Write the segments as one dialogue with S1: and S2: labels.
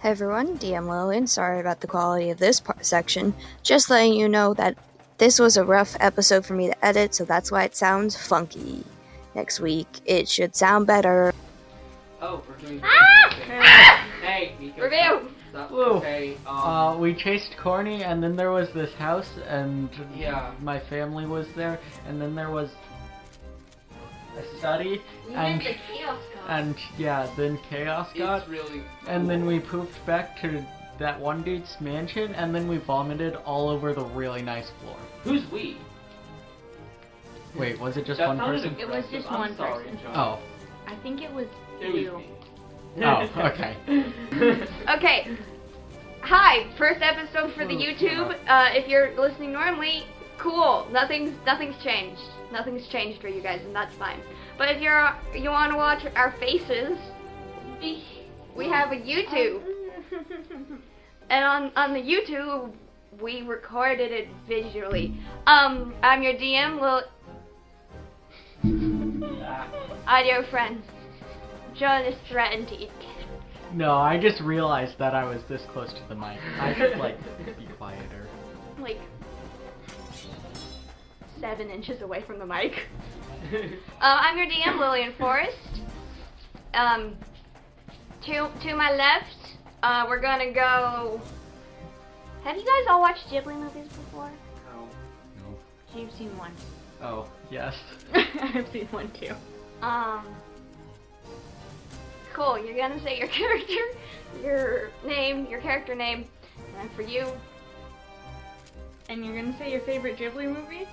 S1: Hey everyone, DM Lillian. Sorry about the quality of this part section. Just letting you know that this was a rough episode for me to edit, so that's why it sounds funky. Next week, it should sound better.
S2: Oh, we're doing. Hey, Mika.
S3: Ah! Review.
S2: Stop.
S4: Whoa.
S2: Okay. Um,
S4: Uh, we chased Corny, and then there was this house, and
S2: Yeah.
S4: my family was there, and then there was a study,
S3: We
S4: And-
S3: went to Chaos Gods.
S4: and yeah, then chaos got,
S2: it's really.
S4: and then
S2: cool.
S4: we pooped back to that one dude's mansion, and then we vomited all over the really nice floor.
S2: Who's we?
S4: Wait, was it just
S2: That
S4: one
S2: sounded
S4: person?
S3: It was
S2: aggressive.
S3: just
S2: I'm
S3: one
S2: sorry,
S3: person.
S2: John.
S4: Oh,
S3: I think it was
S2: It
S3: you.
S2: was me.
S4: oh, okay.
S3: Okay. Hi, first episode for the
S2: Oh,
S3: YouTube. Uh, if you're listening normally, cool. Nothing's nothing's changed. Nothing's changed for you guys, and that's fine. But if you're you want to watch our faces, we have a YouTube, and on on the YouTube we recorded it visually. Um, I'm your DM, Lil audio friend. John is threatened to eat cat.
S4: No, I just realized that I was this close to the mic. I should like be quieter.
S3: like seven inches away from the mic. Uh, I'm your DM, Lillian Forrest. Um, to to my left, uh, we're gonna go. Have you guys all watched Ghibli movies before? You've seen one.
S4: Oh, yes.
S3: I've seen one too. Um. Cool. You're gonna say your character, your name, your character name, and for you,
S5: and you're gonna say your favorite Ghibli movie,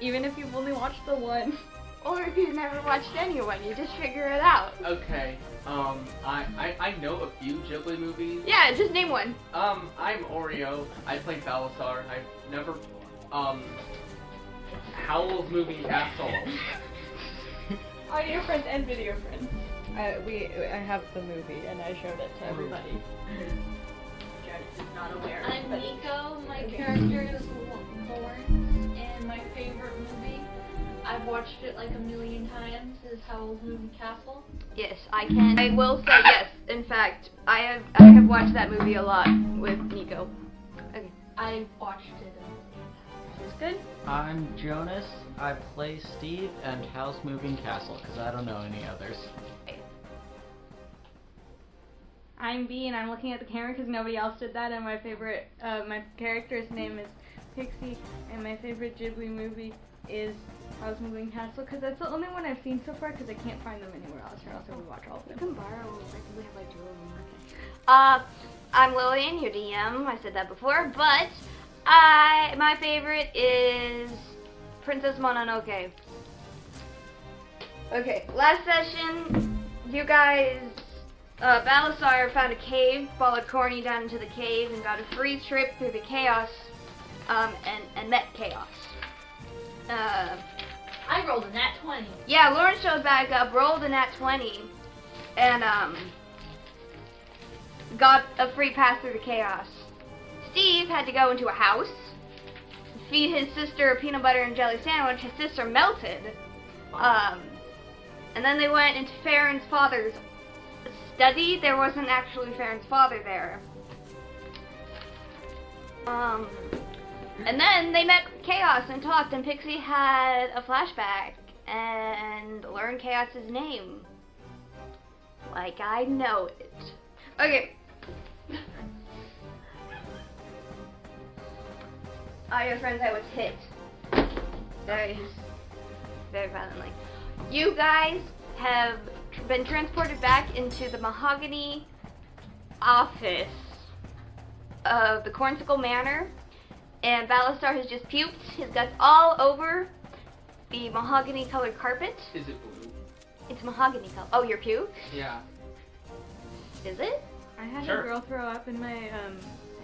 S5: even if you've only watched the one.
S3: or if you've never watched anyone, you just figure it out.
S2: Okay. Um, I, I I know a few Ghibli movies.
S3: Yeah, just name one.
S2: Um, I'm Oreo. I play Balasar. I've never, um, Howl's Moving Castle.
S5: Audio friends and video friends. Uh, we, I have the movie and I showed it to everybody. Janice is not aware.
S6: I'm
S5: but-
S6: Nico. My
S5: Okay.
S6: character is Lawrence, and my favorite movie, I've watched it like a million times, is Howl's Moving Castle.
S3: Yes, I can. I will say yes. In fact, I have I have watched that movie a lot with Nico.
S6: I watched it. a million
S3: It's good.
S4: I'm Jonas. I play Steve and Howl's Moving Castle because I don't know any others.
S5: I'm B and I'm looking at the camera because nobody else did that. And my favorite, uh, my character's name is Pixie, and my favorite Ghibli movie is House Moving Castle because that's the only one I've seen so far because I can't find them anywhere else, or else I would watch all of
S3: You can
S5: them.
S3: borrow. I think we have like two of them. Okay. Uh, I'm Lillian, your DM. I said that before, but I my favorite is Princess Mononoke. Okay, last session, you guys, uh, Balasar found a cave, followed Corny down into the cave, and got a free trip through the chaos, um, and, and met Chaos. Uh,
S6: times. I rolled a nat 20.
S3: yeah, Lauren showed back up, rolled a nat 20, and um, got a free pass through the chaos. Steve had to go into a house, feed his sister a peanut butter and jelly sandwich. His sister melted. Um, and then they went into Farron's father's study. There wasn't actually Farron's father there. Um, and then they met Chaos and talked, and Pixie had a flashback and learned Chaos's name. Like I know it. Okay. Audio friends, I was hit. Very, very violently. You guys have tr- been transported back into the mahogany office of the Cornsicle Manor, and Balastar has just puked his guts all over the mahogany colored carpet.
S2: Is it blue?
S3: It's mahogany color. Oh, your puke?
S2: Yeah.
S3: Is it?
S5: I had
S2: Sure.
S5: a girl throw up in my um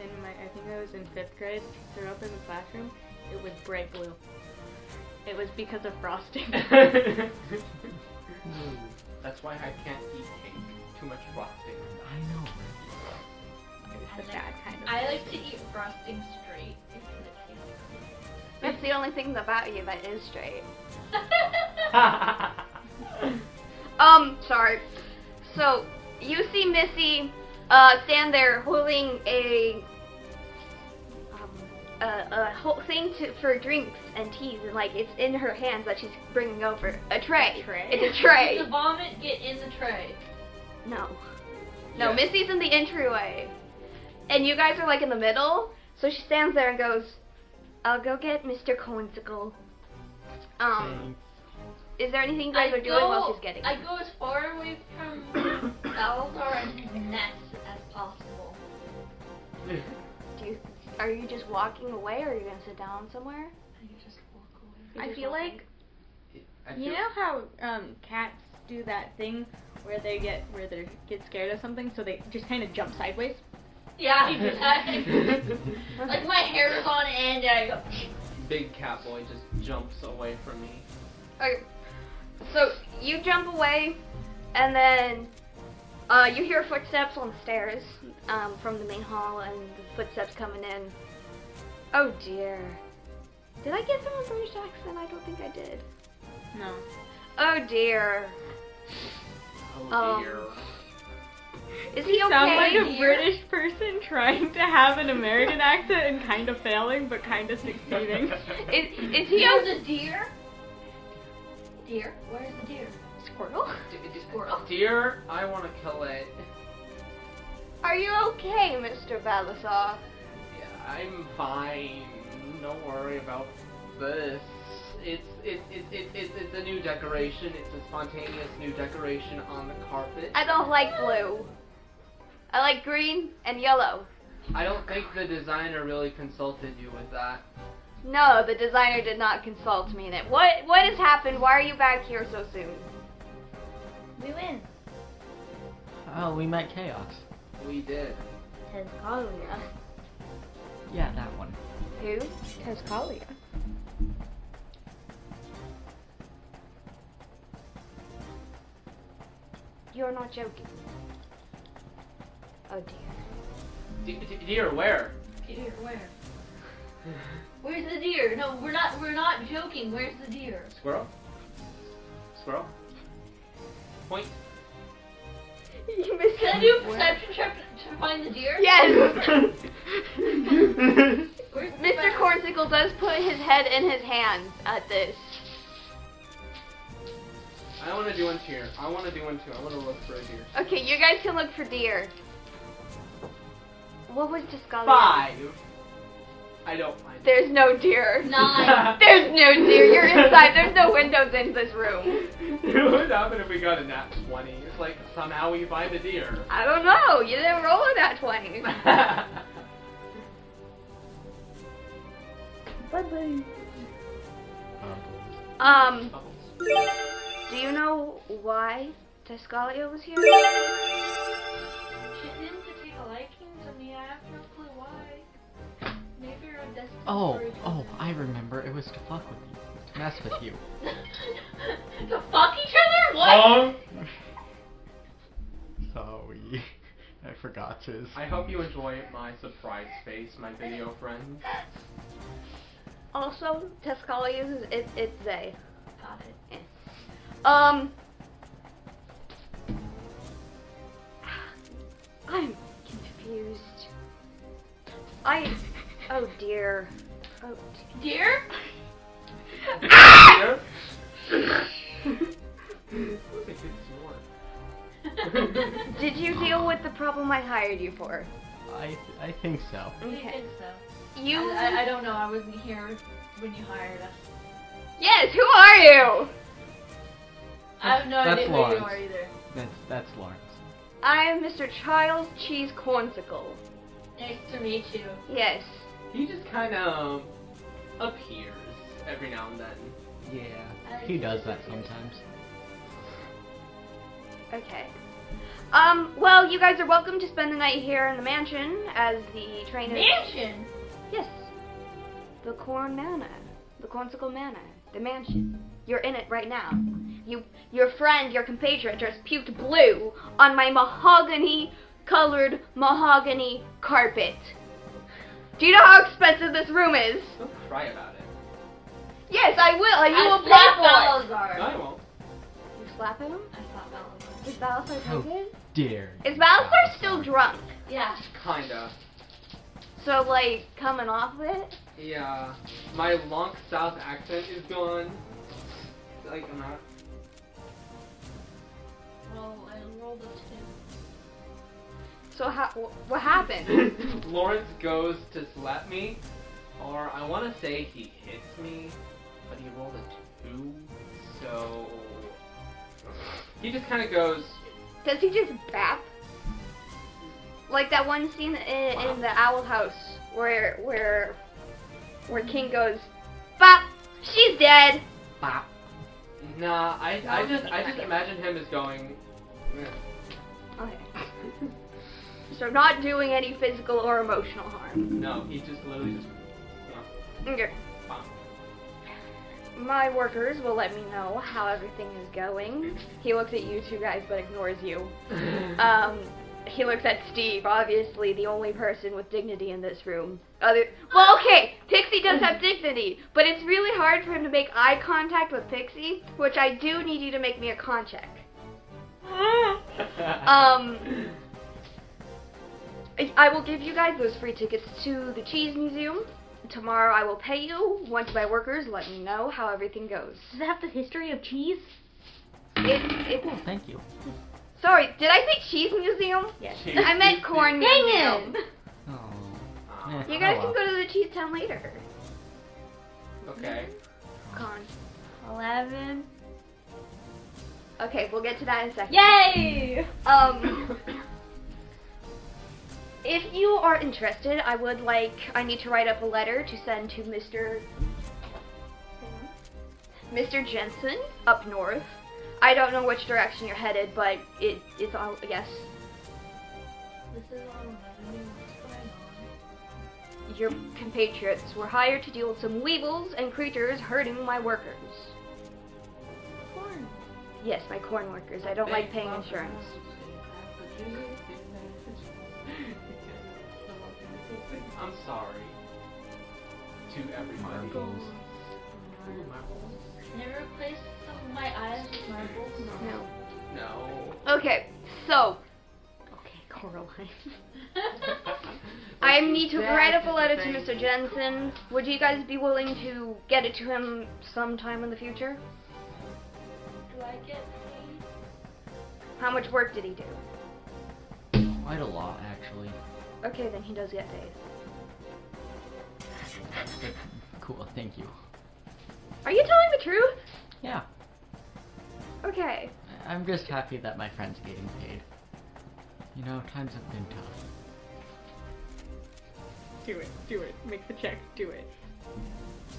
S5: in my I think I was in fifth grade. Threw up in the classroom. It was bright blue. It was because of frosting.
S2: That's why I can't eat cake. Too much frosting.
S4: I know.
S6: I like,
S5: kind
S6: I like to eat frosting straight. It's the
S3: That's the only thing about you that is straight.
S6: cute.
S2: I
S3: Um, sorry. So, you see Missy, uh, stand there holding a um, a, a whole thing to, for drinks and teas, and like it's in her hands that she's bringing over a tray.
S5: Tray?
S3: It's a tray.
S6: The vomit get in the tray.
S3: No. No,
S2: Yeah.
S3: Missy's in the entryway. And you guys are like in the middle. So she stands there and goes, I'll go get Mr. Coinsicle. Um, is there anything you guys
S6: I
S3: are doing while
S6: go-
S3: she's getting?
S6: I go as far away from Salazar and his nest as possible.
S3: Do you, are you just walking away or are you gonna sit down somewhere?
S6: I just walk away.
S3: You're
S5: I
S3: just
S5: feel
S3: walking.
S5: like
S2: I
S5: you
S2: feel-
S5: know how um, cats do that thing where they get where they get scared of something, so they just kind of jump sideways.
S6: Yeah, exactly. like my hair is on end and I go.
S2: Big Catboy just jumps away from me.
S3: Okay. So you jump away, and then uh, you hear footsteps on the stairs um, from the main hall, and the footsteps coming in. Oh dear. Did I get someone British accent? I don't think I did.
S5: No.
S3: Oh dear.
S2: Oh
S3: Um,
S2: dear.
S3: Is he okay?
S5: Sound like a
S3: dear?
S5: British person trying to have an American accent and kind of failing, but kind of succeeding.
S3: Is, is
S6: He
S3: he
S6: has
S3: okay?
S6: a deer. Deer? Where's the deer?
S3: Squirtle?
S2: D- d-
S6: Squirrel.
S2: Dear, I want to kill it.
S3: Are you okay, Mr. Balasov?
S2: Yeah, I'm fine. Don't worry about this. It's it's it's it's it's, it's a new decoration. It's a spontaneous new decoration on the carpet.
S3: I don't like blue. I like green and yellow.
S2: I don't think the designer really consulted you with that.
S3: No, the designer did not consult me in it. What what has happened? Why are you back here so soon?
S6: We win.
S4: Oh, we met Chaos.
S2: We did.
S3: Tescalia.
S4: Yeah, that one.
S3: Who? Tescalia. You're not joking. Oh dear.
S2: D- d- dear, where?
S6: Deer, where? Where's the deer? No, we're not. We're not joking. Where's the deer?
S2: Squirrel. Squirrel. Point.
S3: You
S6: Can I
S3: missed
S6: do a perception check to- to find the deer?
S3: Yes!
S6: Where's the
S3: Mr. Cornsicle does put his head in his hands at this.
S2: I want to do one here. I want to do one too. I want to look for a deer.
S3: Okay, you guys can look for deer. What was Tescalia?
S2: Five. I don't find it.
S3: There's no deer.
S6: Nine.
S3: There's no deer. You're inside. There's no windows in this room.
S2: It would happen if we got a nat 20. It's like somehow we find a deer.
S3: I don't know. You didn't roll a nat 20. Um,
S2: Bubbles.
S3: do you know why Tescalia was here?
S6: She seems to take a liking to me. I have no clue why. Maybe you're destined
S4: Oh,
S6: for each
S4: oh,
S6: other.
S4: I remember. It was to fuck with you, to mess with you.
S6: to fuck each other? What?
S2: Wrong.
S4: Sorry, I forgot to.
S2: I hope you enjoy my surprise face, my video friend.
S3: Also, Tescalia is it, it's they.
S6: Got it.
S3: Um, I'm confused. I. Oh dear. Oh
S6: Deer?
S2: Deer? That's a good snort.
S3: d- Did you deal with the problem I hired you for?
S4: I, I think so.
S6: We
S3: Okay.
S6: think so.
S3: You.
S6: I, I, I don't know. I wasn't here when you hired us.
S3: Yes, who are you?
S6: I have no
S4: That's
S6: idea who
S4: Lawrence.
S6: you are either.
S4: That's that's Lawrence.
S3: I am Mr. Charles Cheese Cornsicle.
S6: Nice to meet you.
S3: Yes.
S2: He just kind of appears every now and then.
S4: Yeah,
S6: I
S4: he does
S6: think
S4: that
S6: it's weird.
S4: sometimes.
S3: Okay. Um, well, you guys are welcome to spend the night here in the mansion as the trainer.
S6: Mansion?
S3: Yes. The Corn Manor. The Cornsicle Manor. The mansion. You're in it right now. You, your friend, your compatriot, just puked blue on my mahogany colored mahogany carpet. Do you know how expensive this room is?
S2: Don't cry about it.
S3: Yes, I will, and you
S6: I
S3: will
S6: slap
S3: pay for it.
S6: Balazar.
S2: No, I won't.
S3: You slap him?
S6: I thought Malifaux.
S3: Is Balasar
S4: Oh.
S3: taken?
S4: Dare.
S3: Is Balasar still drunk?
S6: Yeah.
S2: Kinda.
S3: So like coming off it?
S2: Yeah. My long south accent is gone. Like, I'm not.
S6: Well, I rolled a two.
S3: So how? wh- What happened?
S2: Lawrence goes to slap me, or I want to say he hits me, but he rolled a two, so he just kind of goes.
S3: Does he just bap? Like that one scene in, in the Owl House where where where King goes, bap, she's dead.
S2: Bop. Nah, I, I just I just imagine him as going. "Eh."
S3: Okay. So not doing any physical or emotional harm.
S2: No, he just literally just.
S3: Okay.
S2: Bop.
S3: My workers will let me know how everything is going. He looks at you two guys but ignores you. Um, he looks at Steve, obviously the only person with dignity in this room. Other well, okay, Pixie does have dignity, but it's really hard for him to make eye contact with Pixie, which I do need you to make me a con check. Um, I- I will give you guys those free tickets to the Cheese Museum. Tomorrow I will pay you once my workers let me know how everything goes.
S5: Does it have the history of cheese?
S3: It's, it's,
S4: Well, Oh, thank you.
S3: sorry, did I say Cheese Museum?
S5: Yes.
S3: I meant Corn Museum.
S5: Dang
S4: Oh.
S2: Ah,
S3: You guys can go to the Cheese Town later.
S2: okay.
S3: Con.
S5: Eleven.
S3: Okay, we'll get to that in a second.
S5: Yay!
S3: Um, if you are interested, I would like I need to write up a letter to send to Mr. Mr. Jensen up north. I don't know which direction you're headed, but it is all yes.
S6: This is all I knew what's going on.
S3: Your compatriots were hired to deal with some weevils and creatures hurting my workers.
S6: Corn.
S3: Yes, my corn workers. I don't like paying insurance.
S2: I'm sorry to everybody.
S4: Marbles.
S2: Ooh, marbles?
S6: Can I replace some of my eyes with marbles?
S3: No.
S2: No.
S3: Okay, so. Okay, Coraline. I need to write up a letter to Mr. Jensen. Would you guys be willing to get it to him sometime in the future?
S6: Do I get paid?
S3: How much work did he do?
S4: Quite a lot, actually.
S3: Okay, then he does get paid.
S4: Cool, thank you.
S3: Are you telling the truth?
S4: Yeah,
S3: Okay.
S4: I- I'm just happy that my friend's getting paid. You know, times have been tough.
S5: Do it. Do it. Make the check. Do it.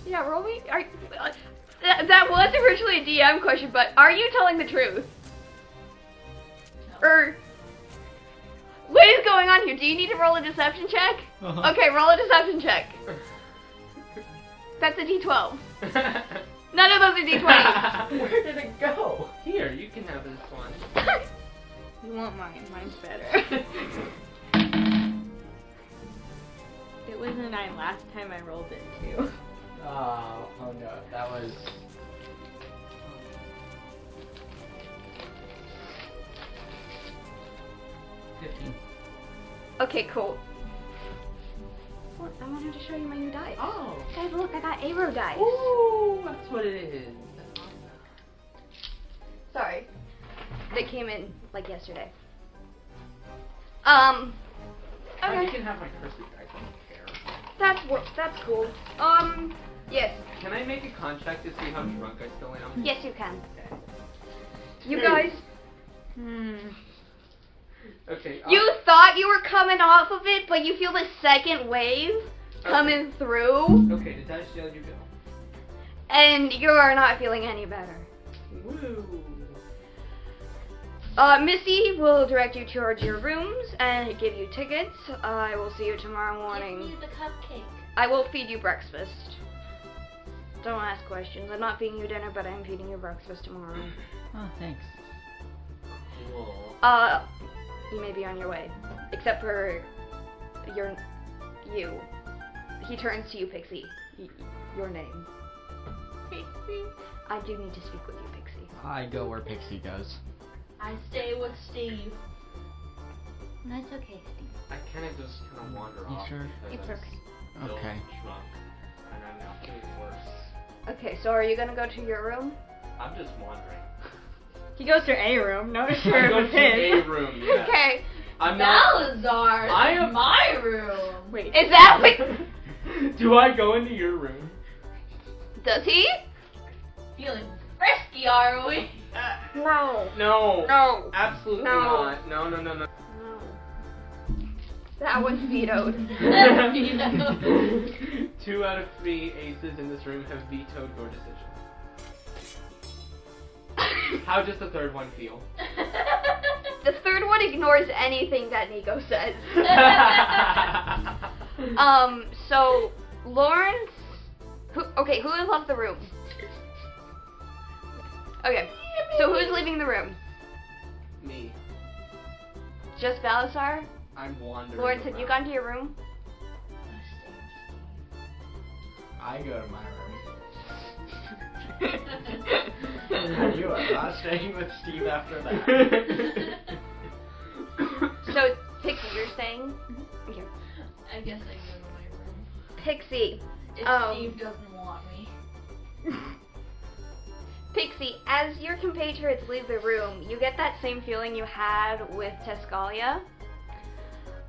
S3: Yeah, roll me. Are, uh, that, that was originally a DM question, but are you telling the truth? Or. What is going on here? Do you need to roll a deception check?
S4: Uh-huh.
S3: Okay, roll a deception check. That's a d12. None of those are d20s.
S2: Where did it go? Here, you can have this one.
S5: You want mine. Mine's better. it was a nine last time I rolled it too.
S4: Uh,
S2: Oh, oh no, that was. Fifteen.
S3: okay, cool. Look, I wanted to show you my new die.
S2: Oh.
S3: Guys, look, I got arrow dice.
S2: Ooh, that's what it is.
S3: Sorry. They came in like yesterday. Um.
S2: Oh, you
S3: Okay.
S2: can have my cursive dice. I don't care.
S3: That's wor- that's cool. Um. Yes.
S2: Can I make a contract to see how drunk I still am?
S3: Yes, you can.
S2: Okay.
S3: You guys,
S5: Hmm.
S2: Okay. I'll-
S3: you thought you were coming off of it, but you feel the second wave
S2: okay.
S3: coming through,
S2: Okay, detach the other go.
S3: and you are not feeling any better.
S2: Woo.
S3: Uh, Missy will direct you towards your rooms and give you tickets. I will see you tomorrow
S6: Give
S3: morning.
S6: me the cupcake.
S3: I will feed you breakfast. Don't ask questions. I'm not feeding you dinner, but I'm feeding you breakfast tomorrow.
S4: Oh, thanks.
S2: Cool.
S3: Uh, you may be on your way. Except for your. you. He turns to you, Pixie. Y- your name.
S5: Pixie.
S3: I do need to speak with you, Pixie.
S4: I go where Pixie goes.
S6: I stay with Steve.
S3: That's okay, Steve.
S2: I kind of just kind of wander
S4: You
S2: off.
S4: sure?
S2: because
S3: It's
S2: I'm
S3: okay.
S2: still
S4: Okay.
S2: Drunk, and I'm not feeling worse.
S3: Okay, so are you gonna go to your room?
S2: I'm just wandering.
S5: He goes to a room. No one's sure
S2: I
S5: if
S2: go
S5: it's
S2: to a
S5: his.
S2: room. Yeah.
S3: Okay.
S2: I'm not.
S6: Malazar,
S2: I
S6: this is
S2: am-
S6: my room.
S5: Wait.
S3: Is that what
S2: Do I go into your room?
S3: does he?
S6: Feeling frisky, are we?
S3: Uh,
S5: No.
S2: No.
S5: No.
S2: Absolutely
S5: No.
S2: not. No, no, no, no.
S3: Oh. That one's vetoed.
S6: You know.
S2: Two out of three aces in this room have vetoed your decision. How does the third one feel?
S3: The third one ignores anything that Nico says.
S2: I
S3: Um, so Lawrence, who? Okay, who has left the room? Okay, so who's leaving the room?
S2: Me.
S3: Just Balasar?
S2: I'm wandering.
S3: Lawrence, have you
S2: around.
S3: gone to your room?
S4: I go to my room.
S2: You are not
S4: staying with Steve after
S3: So Pixie, you're saying? Okay.
S6: I guess I go to my room.
S3: Pixie,
S6: If
S3: Um,
S6: Steve doesn't want me.
S3: Pixie, as your compatriots leave the room, you get that same feeling you had with Tescalia,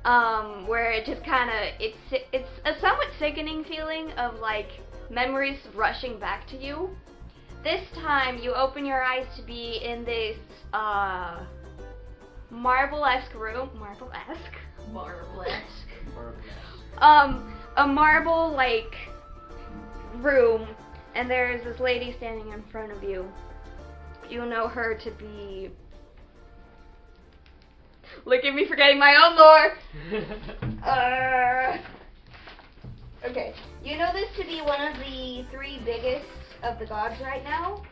S3: um, where it just kind of it's it's a somewhat sickening feeling of like memories rushing back to you. This time, you open your eyes to be in this uh, marble-esque room, marble-esque,
S6: Marvelous.
S3: um, a marble like room, and there's this lady standing in front of you. You know her to be. Look at me forgetting my own lore. Uh, okay, you know this to be one of the three biggest of the gods right now.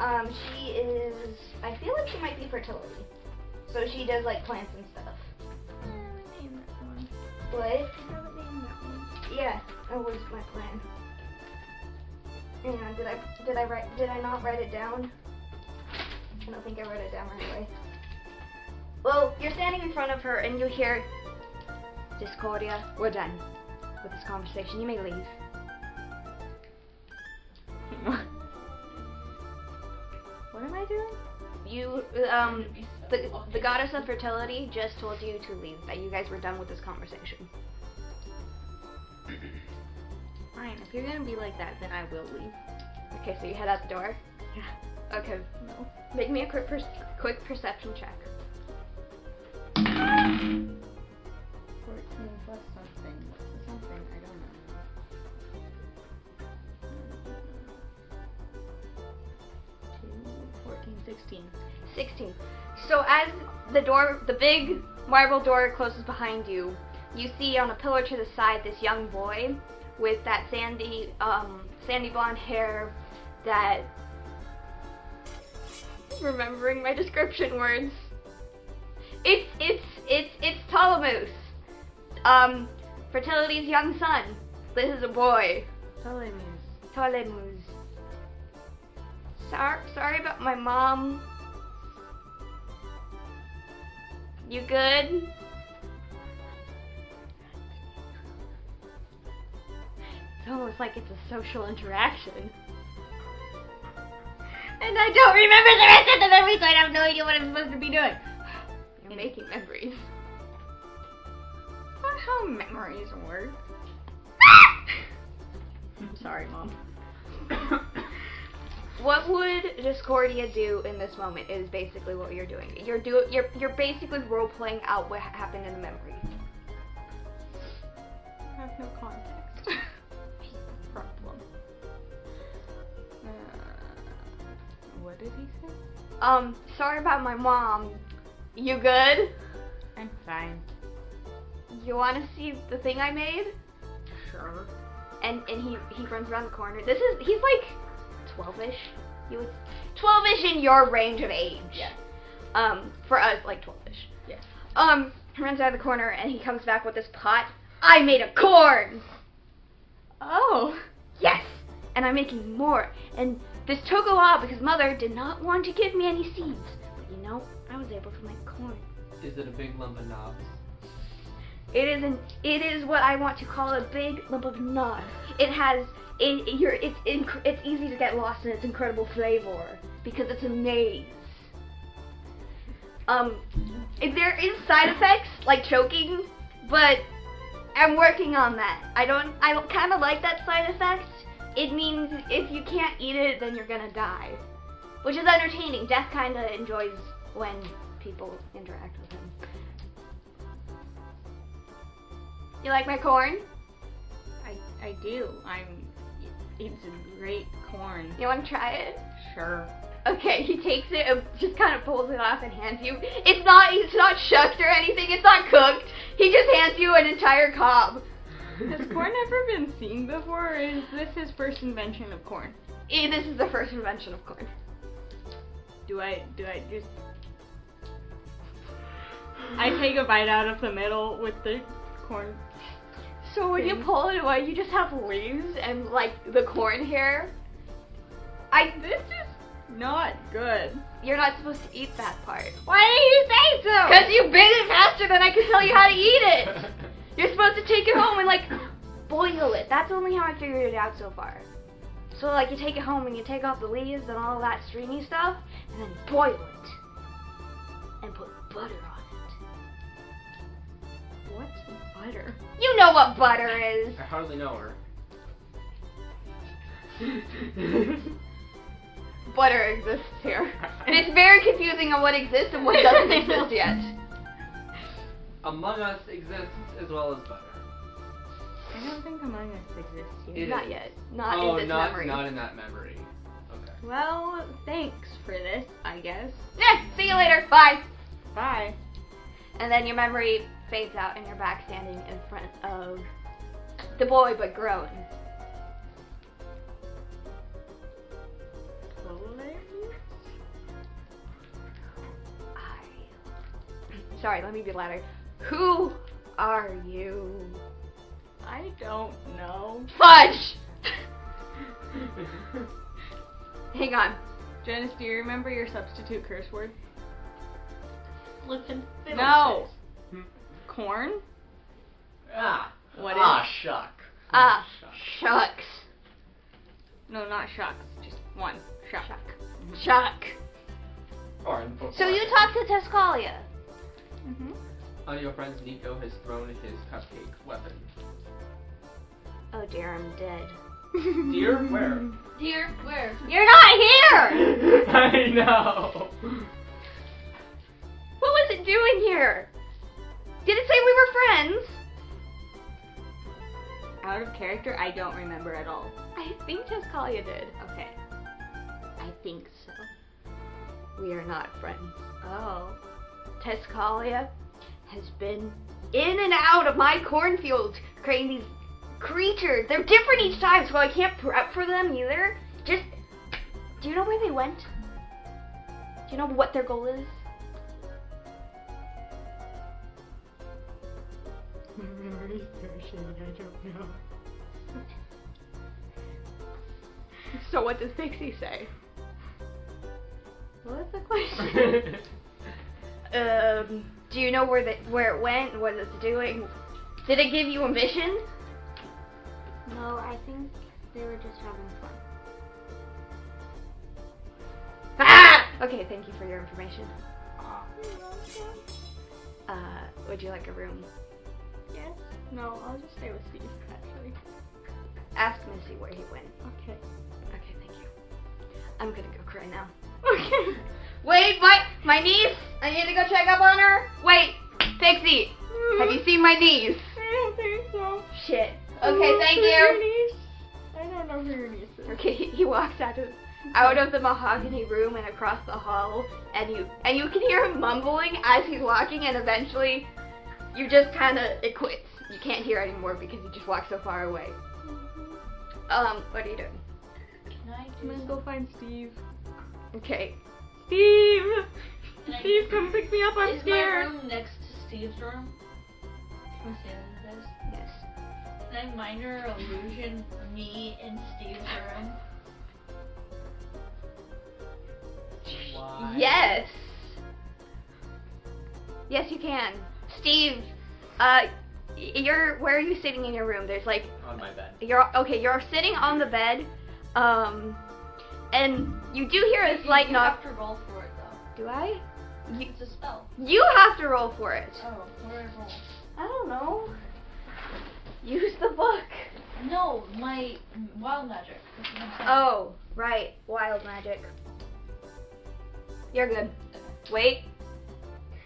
S3: Um, she is. I feel like she might be fertility, so she does like plants and stuff. What? Yeah, that was my plan. Hang on, did I did I write did I not write it down? I don't think I wrote it down right away. Well, you're standing in front of her and you hear Discordia, we're done with this conversation. You may leave. what am I doing? You um the, the goddess of fertility just told you to leave, that you guys were done with this conversation.
S5: Fine. If you're gonna be like that, then I will leave.
S3: Okay, so you head out the door? Yeah. Okay.
S5: No.
S3: Make me a quick per- quick perception check.
S5: 14 plus something. What's the something? I don't know. Two, 14, 16.
S3: 16. So as the door, the big marble door closes behind you, you see on a pillar to the side this young boy with that sandy, um, sandy blonde hair that. Remembering my description words. It's, it's, it's, it's Ptolemus. Um, Fertility's young son. This is a boy.
S5: Totally means.
S3: Ptolemus. Sorry, sorry about my mom. You good? It's almost like it's a social interaction. And I don't remember the rest of the memory, so I have no idea what I'm supposed to be doing. You're making memories.
S5: Not how memories work. I'm sorry, Mom.
S3: What would Discordia do in this moment? Is basically what you're doing. You're do you're you're basically role playing out what ha- happened in the memory.
S5: I have no context. Problem. Uh, what did he say?
S3: Um, sorry about my mom. You good?
S5: I'm fine.
S3: You want to see the thing I made?
S5: Sure.
S3: And and he he runs around the corner. This is he's like 12ish. You would 12ish in your range of age.
S6: Yeah.
S3: Um, for us like 12ish.
S5: Yeah.
S3: Um, he runs out of the corner and he comes back with this pot. I made a corn.
S5: Oh.
S3: Yes! And I'm making more. And This took a while because mother did not want to give me any seeds. But you know, I was able to make corn.
S2: Is it a big lump of knobs?
S3: It is an, it is what I want to call a big lump of knob. It has it, it- you're, it's inc- it's easy to get lost in its incredible flavor because it's a maze. Um, if there is side effects like choking, but I'm working on that. I don't I kind of like that side effect. It means if you can't eat it, then you're gonna die, which is entertaining. Death kind of enjoys when people interact with him. You like my corn?
S5: I, I do. I'm. It's a great corn.
S3: You want to try it?
S5: Sure.
S3: Okay, he takes it and just kind of pulls it off and hands you. It's not it's not shucked or anything. It's not cooked. He just hands you an entire cob.
S5: Has corn ever been seen before, or is this his first invention of corn?
S3: Eh, This is the first invention of corn.
S5: Do I do I just? I take a bite out of the middle with the corn.
S3: So when you pull it away, you just have leaves and like the corn here. I
S5: This is not good.
S3: you're not supposed to eat that part.
S5: Why did you say so?
S3: Cause you bit it faster than I could tell you how to eat it. You're supposed to take it home and like boil it. That's only how I figured it out so far. So like you take it home and you take off the leaves and all that stringy stuff, and then boil it and put butter on
S5: What's butter?
S3: it. You know what butter is.
S2: I hardly know her.
S3: Butter exists here, and it's very confusing on what exists and what doesn't exist yet.
S2: Among Us exists as well as butter.
S5: I don't think Among Us exists
S2: It
S5: here.
S3: not
S2: is.
S3: yet. Not
S2: oh,
S3: Uh, in this
S2: not
S3: memory.
S2: not in that memory. Okay.
S5: Well, thanks for this, I guess.
S3: Yeah. See you later. Bye.
S5: Bye.
S3: And then your memory fades out and you're back standing in front of the boy but grown. I... Sorry, let me be louder. Who are you?
S5: I don't know.
S3: Fudge! Hang on.
S5: Janice, do you remember your substitute curse word?
S6: Flippin' fiddlesticks.
S5: No. Corn?
S2: Ah.
S5: What
S2: ah,
S5: is-
S2: shuck.
S3: Ah,
S2: Shuck.
S3: shucks.
S5: No, not shucks. Just one. Shuck.
S3: Shuck. Shuck.
S2: Or in book
S3: So
S2: one.
S3: you talked to Tuscalia.
S5: Mm-hmm.
S2: One of your friends, Nico, has thrown his cupcake weapon.
S3: Oh dear, I'm dead.
S2: Dear, where?
S6: Dear, where?
S3: You're not here!
S2: I know.
S3: What was it doing here? Did it say we were friends?
S5: Out of character, I don't remember at all.
S3: I think Tuscalia did.
S5: Okay.
S3: I think so. We are not friends.
S5: Oh.
S3: Tuscalia has been in and out of my cornfield, creating these creatures. They're different each time, so I can't prep for them either. Just, do you know where they went? Do you know what their goal is?
S5: So what does Pixie say?
S3: What was the question? um, do you know where the, where it went? What it's doing? Did it give you a mission?
S6: No, I think they were just having fun.
S3: Ah! Okay, thank you for your information.
S2: Ah.
S3: Uh, would you like a room?
S5: Yes. No, I'll just stay with Steve, actually.
S3: Ask Missy where he went.
S5: Okay.
S3: Okay, thank you. I'm gonna go cry now.
S5: Okay.
S3: Wait, my my niece. I need to go check up on her. Wait, Pixie, have you seen my niece?
S5: I don't think so.
S3: Shit.
S5: I
S3: Okay,
S5: don't
S3: thank
S5: know your
S3: you.
S5: niece. I don't know who your niece is.
S3: Okay, he walks out of out of the mahogany room and across the hall, and you and you can hear him mumbling as he's walking, and eventually, you just kind of it quits. You can't hear anymore because he just walked so far away. Um, what are you doing?
S6: Can I
S5: I'm
S6: do
S5: gonna go find Steve.
S3: Okay.
S5: Steve!
S6: Can I-
S5: Steve, come pick me up. I'm
S6: Is
S5: scared.
S6: my room next to Steve's room? Can I say that it is?
S3: Yes.
S6: Can I minor illusion me in Steve's room?
S4: live.
S3: Yes. Yes, you can. Steve, uh, y- you're where are you sitting in your room? There's like
S4: On my bed.
S3: you're okay. You're sitting on the bed, um, and you do hear a
S6: You-
S3: slight
S6: you
S3: knock.
S6: have to roll for it though.
S3: Do I? You,
S6: It's a spell.
S3: you have to roll for it.
S6: Oh, what did I roll?
S3: I don't know. Use the book.
S6: No, my mm, wild magic. That's what I'm saying.
S3: Oh, right. Wild magic. You're good. Wait.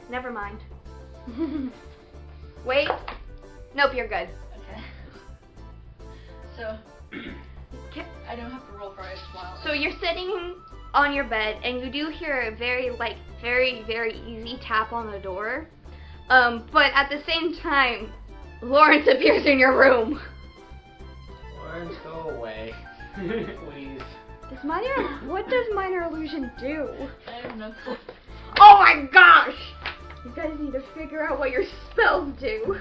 S3: Never mind.
S6: Oh.
S3: Wait. Nope, you're good.
S6: Okay. So
S3: Ca-
S6: I don't have to roll for it. It's wild.
S3: So you're sitting on your bed and you do hear a very like very very easy tap on the door. Um, but at the same time, Lawrence appears in your room.
S4: Lawrence, go away. Please.
S3: Does minor what does minor illusion do?
S6: I have no clue.
S3: Oh my gosh! You guys need to figure out what your spells do.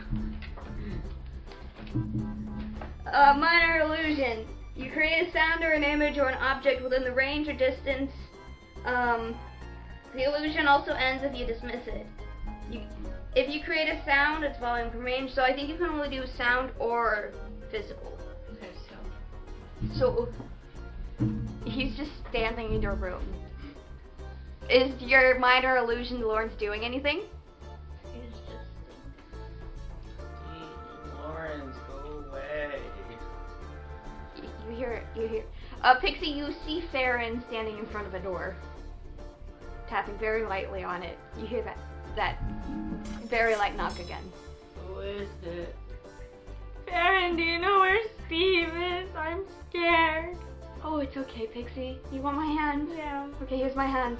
S3: Uh, minor illusion. You create a sound or an image or an object within the range or distance. Um, the illusion also ends if you dismiss it. You, if you create a sound, it's volume from range, so I think you can only do sound or physical.
S6: Okay,
S3: So
S6: so
S3: he's just standing in your room. Is your minor illusion Lawrence doing anything?
S6: it's just
S4: Lawrence, go away.
S3: Y- You hear you hear uh Pixie, you see Farron standing in front of a door. Tapping very lightly on it. You hear that that very light knock again.
S4: Who is it?
S5: Baron, do you know where Steve is? I'm scared.
S3: Oh, it's okay, Pixie. You want my hand?
S5: Yeah.
S3: Okay, here's my hand.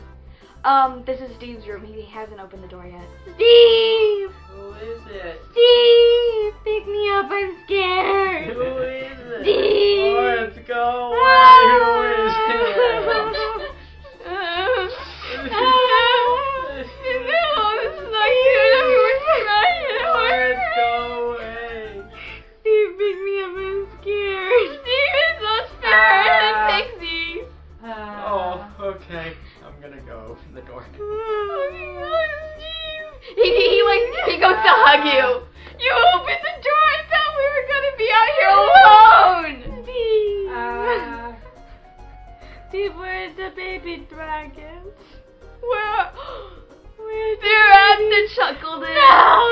S3: Um, this is Steve's room. He hasn't opened the door yet. Steve!
S2: Who is it?
S5: Steve, pick me up. I'm scared.
S2: Who is it?
S5: Steve.
S4: Lawrence, go away. Who is it?
S5: Ah. Ah. No, it's not you. Everyone's crying.
S4: Lawrence, go away.
S5: Steve, pick me up. I'm scared. Steve is so scared.
S4: Ah.
S5: Ah. Pixie.
S4: Oh, okay. I'm gonna go open the door.
S3: He, he, he like he goes to hug you.
S5: You opened the door. I thought we were gonna be out here alone. Steve. Ah. Steve, where's the baby dragons? Where? Where's
S3: They're at the chuckled in
S5: No!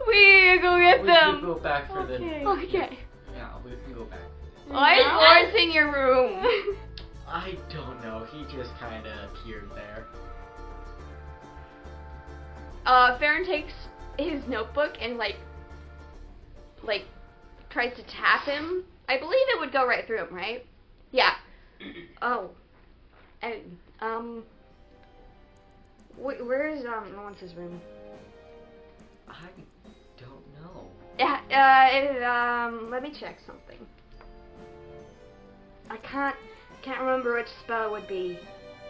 S3: still. We go get
S4: we
S3: them.
S4: should go back for
S5: Okay.
S4: the.
S3: Okay.
S4: Yeah, we can go back.
S3: Why is Lawrence in your room?
S4: I don't know. He just kind of appeared there.
S3: Uh, Farron takes his notebook and like, like, tries to tap him. I believe it would go right through him, right? Yeah. Oh. And um. Wh- where is um Lawrence's room?
S4: I don't know.
S3: Yeah, uh, it, um, let me check something. I can't can't remember which spell it would be.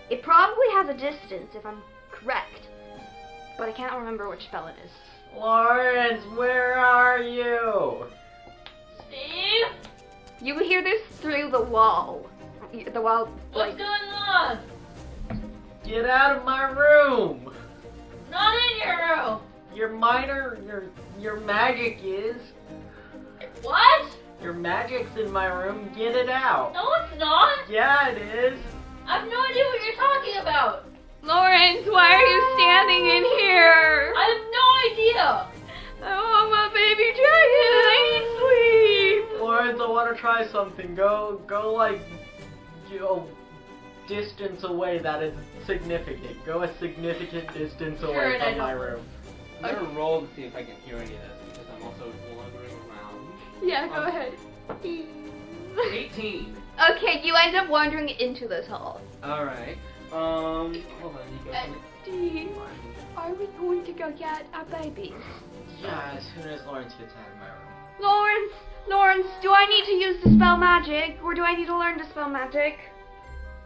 S3: It probably has a distance, if I'm correct, but I can't remember which spell it is.
S4: Lawrence, where are you?
S6: Steve,
S3: You hear this through the wall, Y- the wall
S6: what's
S3: like
S6: going on?
S4: Get out of my room.
S6: Not in your room.
S4: Your minor, your your magic is.
S6: What?
S4: Your magic's in my room. Get it out.
S6: No, it's not.
S4: Yeah, it is.
S6: I have no idea what you're talking about.
S5: Lawrence, why are you standing in here?
S6: I have
S5: I want my baby dragon. I need sleep.
S4: Lawrence, I want to try something. Go, go like, you know, distance away that is significant. Go a significant distance away
S6: Karen, I
S4: from my
S6: don't-
S4: room.
S2: I'm gonna roll to see if I can hear any of this because I'm also wandering around. Um,
S3: yeah.
S2: go
S3: ahead.
S2: 18.
S3: Okay, you end up wandering into this hall.
S2: All right. Um, hold on. You go.
S3: Uh, Steve, are we going to go get our babies?
S4: Yeah, as soon as Lawrence gets out of my room.
S3: Lawrence, Lawrence, do I need to use dispel magic, or do I need to learn dispel magic?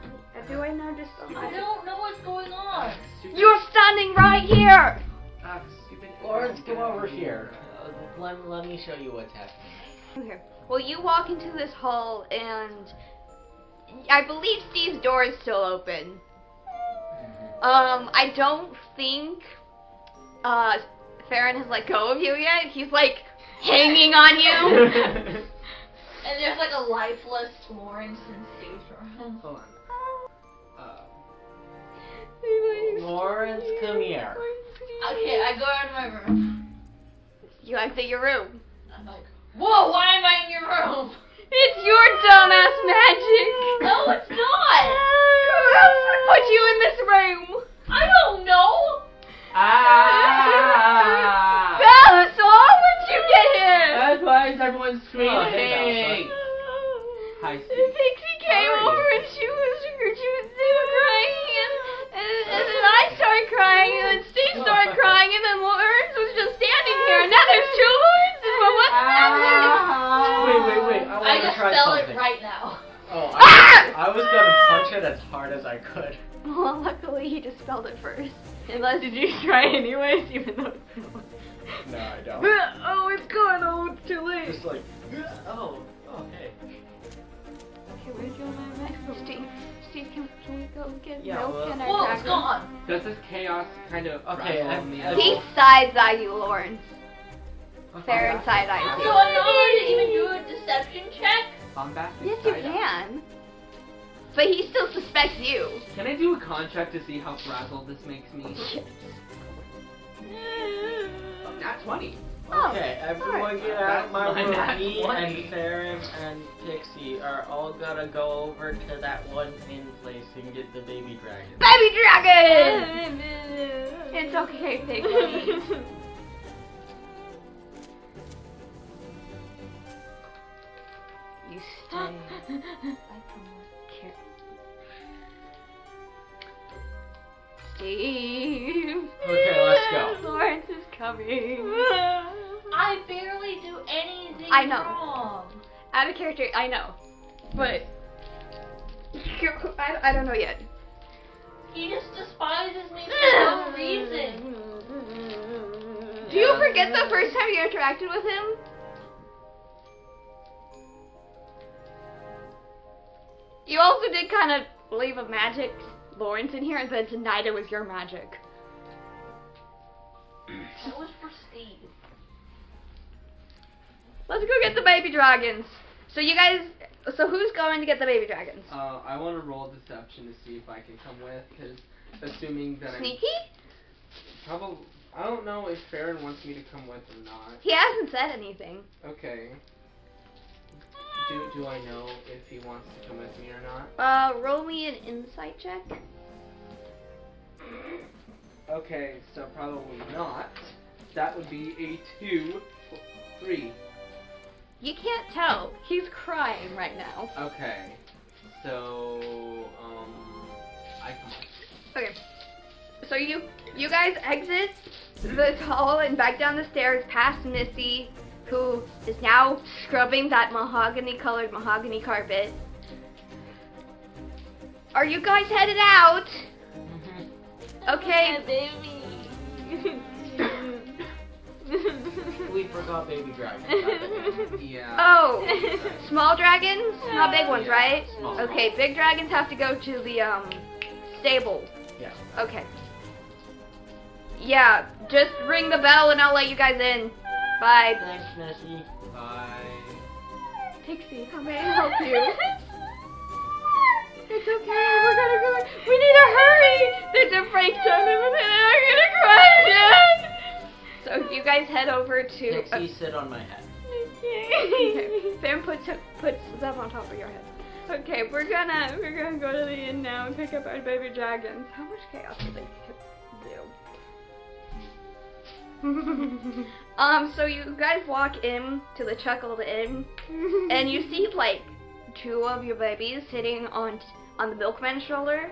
S3: Uh, Do I know dispel
S6: no idea. I
S3: magic?
S6: don't know what's going on.
S2: Stupid.
S3: You're standing right here.
S2: Ah, stupid.
S4: Lawrence, come over here. Uh, let, let me show you what's happening.
S3: Okay. Well, you walk into this hall, and I believe Steve's door is still open.
S5: Mm-hmm.
S3: Um, I don't think uh Farron has let go of you yet. He's like hanging on you.
S6: And there's like a lifeless Lawrence and Stacia.
S2: Hold on. Uh,
S5: Everybody's
S4: Lawrence, come here.
S6: Okay, I go out of my room.
S3: You exit your room.
S6: I'm like, whoa, why am I in your room?
S5: It's your dumbass magic.
S6: No, it's not.
S5: Who else would put you in this room?
S6: I don't know.
S4: Ah!
S5: Bella, so how would you get here?
S2: that's why is everyone screaming?
S4: Oh, hey, Hi, Steve.
S5: Pixie came
S4: How are
S5: over and she was she was they were crying and, and, and then I started crying and then Steve started crying and then Lawrence was just standing here and now there's two Lawrences but what's happening?
S4: Wait, wait, wait. I
S6: I
S4: want to
S6: just
S4: try
S6: fell
S4: something.
S6: it right now.
S4: Oh, I, I was gonna punch it as hard as I could.
S5: Well, luckily he dispelled it first. Unless did you try anyways, even though it's
S4: No, I don't.
S5: Oh, it's gone. Oh, it's too late.
S4: Just like, oh, okay.
S5: Okay, where's your max? Steve, Steve, can, can we go get
S4: Yeah,
S5: milk
S4: well-
S5: and our
S6: Whoa, it's
S5: dragon?
S6: gone.
S2: Does this chaos kind of
S4: Okay, um,
S2: rattle
S4: uh, I'm-
S2: me
S4: I'm-
S2: up?
S3: He sides eye you, Lawrence. Farron side eyes
S6: I'm
S3: you.
S6: so annoyed to even do a deception check.
S2: Bombastic
S5: Yes,
S3: You
S2: side eye.
S3: can. But he still suspects you.
S2: Can I do a contract to see how frazzled this makes me? Not 20.
S4: Okay, everyone get out of my
S2: That's
S4: room.
S2: my
S4: Me
S2: nat
S4: and
S2: 20.
S4: Theron and Pixie are all gonna go over to that one pin place and get the baby dragon.
S3: Baby dragon!
S5: It's
S3: It's okay, Pixie. You stay. Steve.
S4: Okay, let's go.
S5: Lawrence is coming.
S6: I barely do anything
S3: I know.
S6: wrong.
S3: Out of character, I know. But. I, I don't know yet.
S6: He just despises me for no reason.
S3: Do you forget the first time you interacted with him? You also did kind of leave a magic Lawrence in here and then denied it was your magic.
S6: That was for Steve.
S3: Let's go get the baby dragons. So you guys, so who's going to get the baby dragons?
S2: Uh, I want to roll deception to see if I can come with, because assuming that I'm
S3: Sneaky?
S2: probably. I don't know if Farron wants me to come with or not.
S3: He hasn't said anything.
S2: Okay. Do, do I know if he wants to come with me or not?
S3: Uh, roll me an insight check.
S2: Okay, so probably not. That would be a two, three.
S3: You can't tell. He's crying right now.
S2: Okay, so um, I come with.
S3: So you, you guys exit this hall and back down the stairs past Missy, who is now scrubbing that mahogany-colored mahogany carpet. Are you guys headed out? Okay.
S6: My baby.
S4: We forgot baby dragon.
S2: Yeah.
S3: Oh. Small dragons, not big ones,
S2: Yeah,
S3: right?
S2: small.
S3: Oh, Okay, big dragons have to go to the um stable.
S4: yeah.
S3: Okay. Yeah, just ring the bell and I'll let you guys in. Bye.
S4: Thanks, Nessie.
S2: Bye.
S5: Pixie.
S3: How may I help you?
S5: It's okay. We're gonna go. We need to hurry. There's a break time and we're gonna cry again.
S3: So you guys head over to. uh,
S4: Pixie, sit on my head.
S3: Okay. Finn puts puts them on top of your head.
S5: Okay, we're gonna we're gonna go to the inn now and pick up our baby dragons. How much chaos do they do?
S3: Um, so you guys walk in to the Chuckle Inn, and you see like two of your babies sitting on on the milkman's stroller,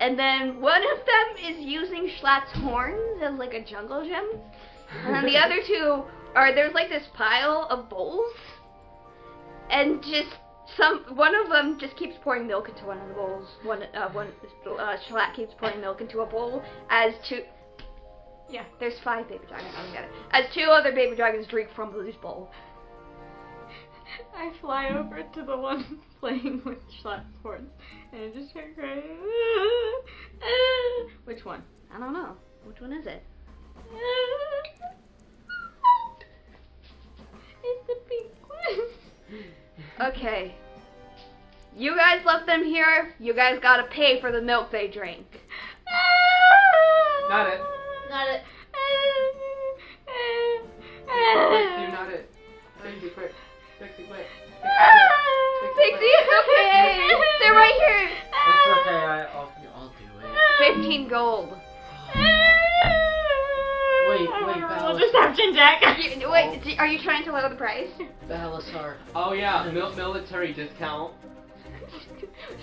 S3: and then one of them is using Schlatt's horns as like a jungle gym, and then the other two are there's like this pile of bowls, and just some one of them just keeps pouring milk into one of the bowls. One uh, one uh, Schlatt keeps pouring milk into a bowl as two yeah, there's five baby dragons altogether. As two other baby dragons drink from Blue's bowl.
S5: I fly over to the one playing with Schlapsports and I just start crying. Ah. Which one?
S3: I don't know. Which one is it?
S5: It's the pink one.
S3: Okay. You guys left them here. You guys gotta pay for the milk they drank.
S2: Not it.
S6: Not it.
S2: Pixie, not it. Pixie, quick. Pixie, quick.
S3: Pixie, it's okay. They're right
S4: It's okay, I, I'll, I'll do
S3: here.
S4: it.
S3: 15 gold.
S4: Wait,
S5: I
S4: wait,
S5: wanna roll
S4: Valus-
S5: deception check.
S3: You, wait, do- are you trying to lower the price?
S4: Balasar.
S2: Oh yeah, mil- military discount.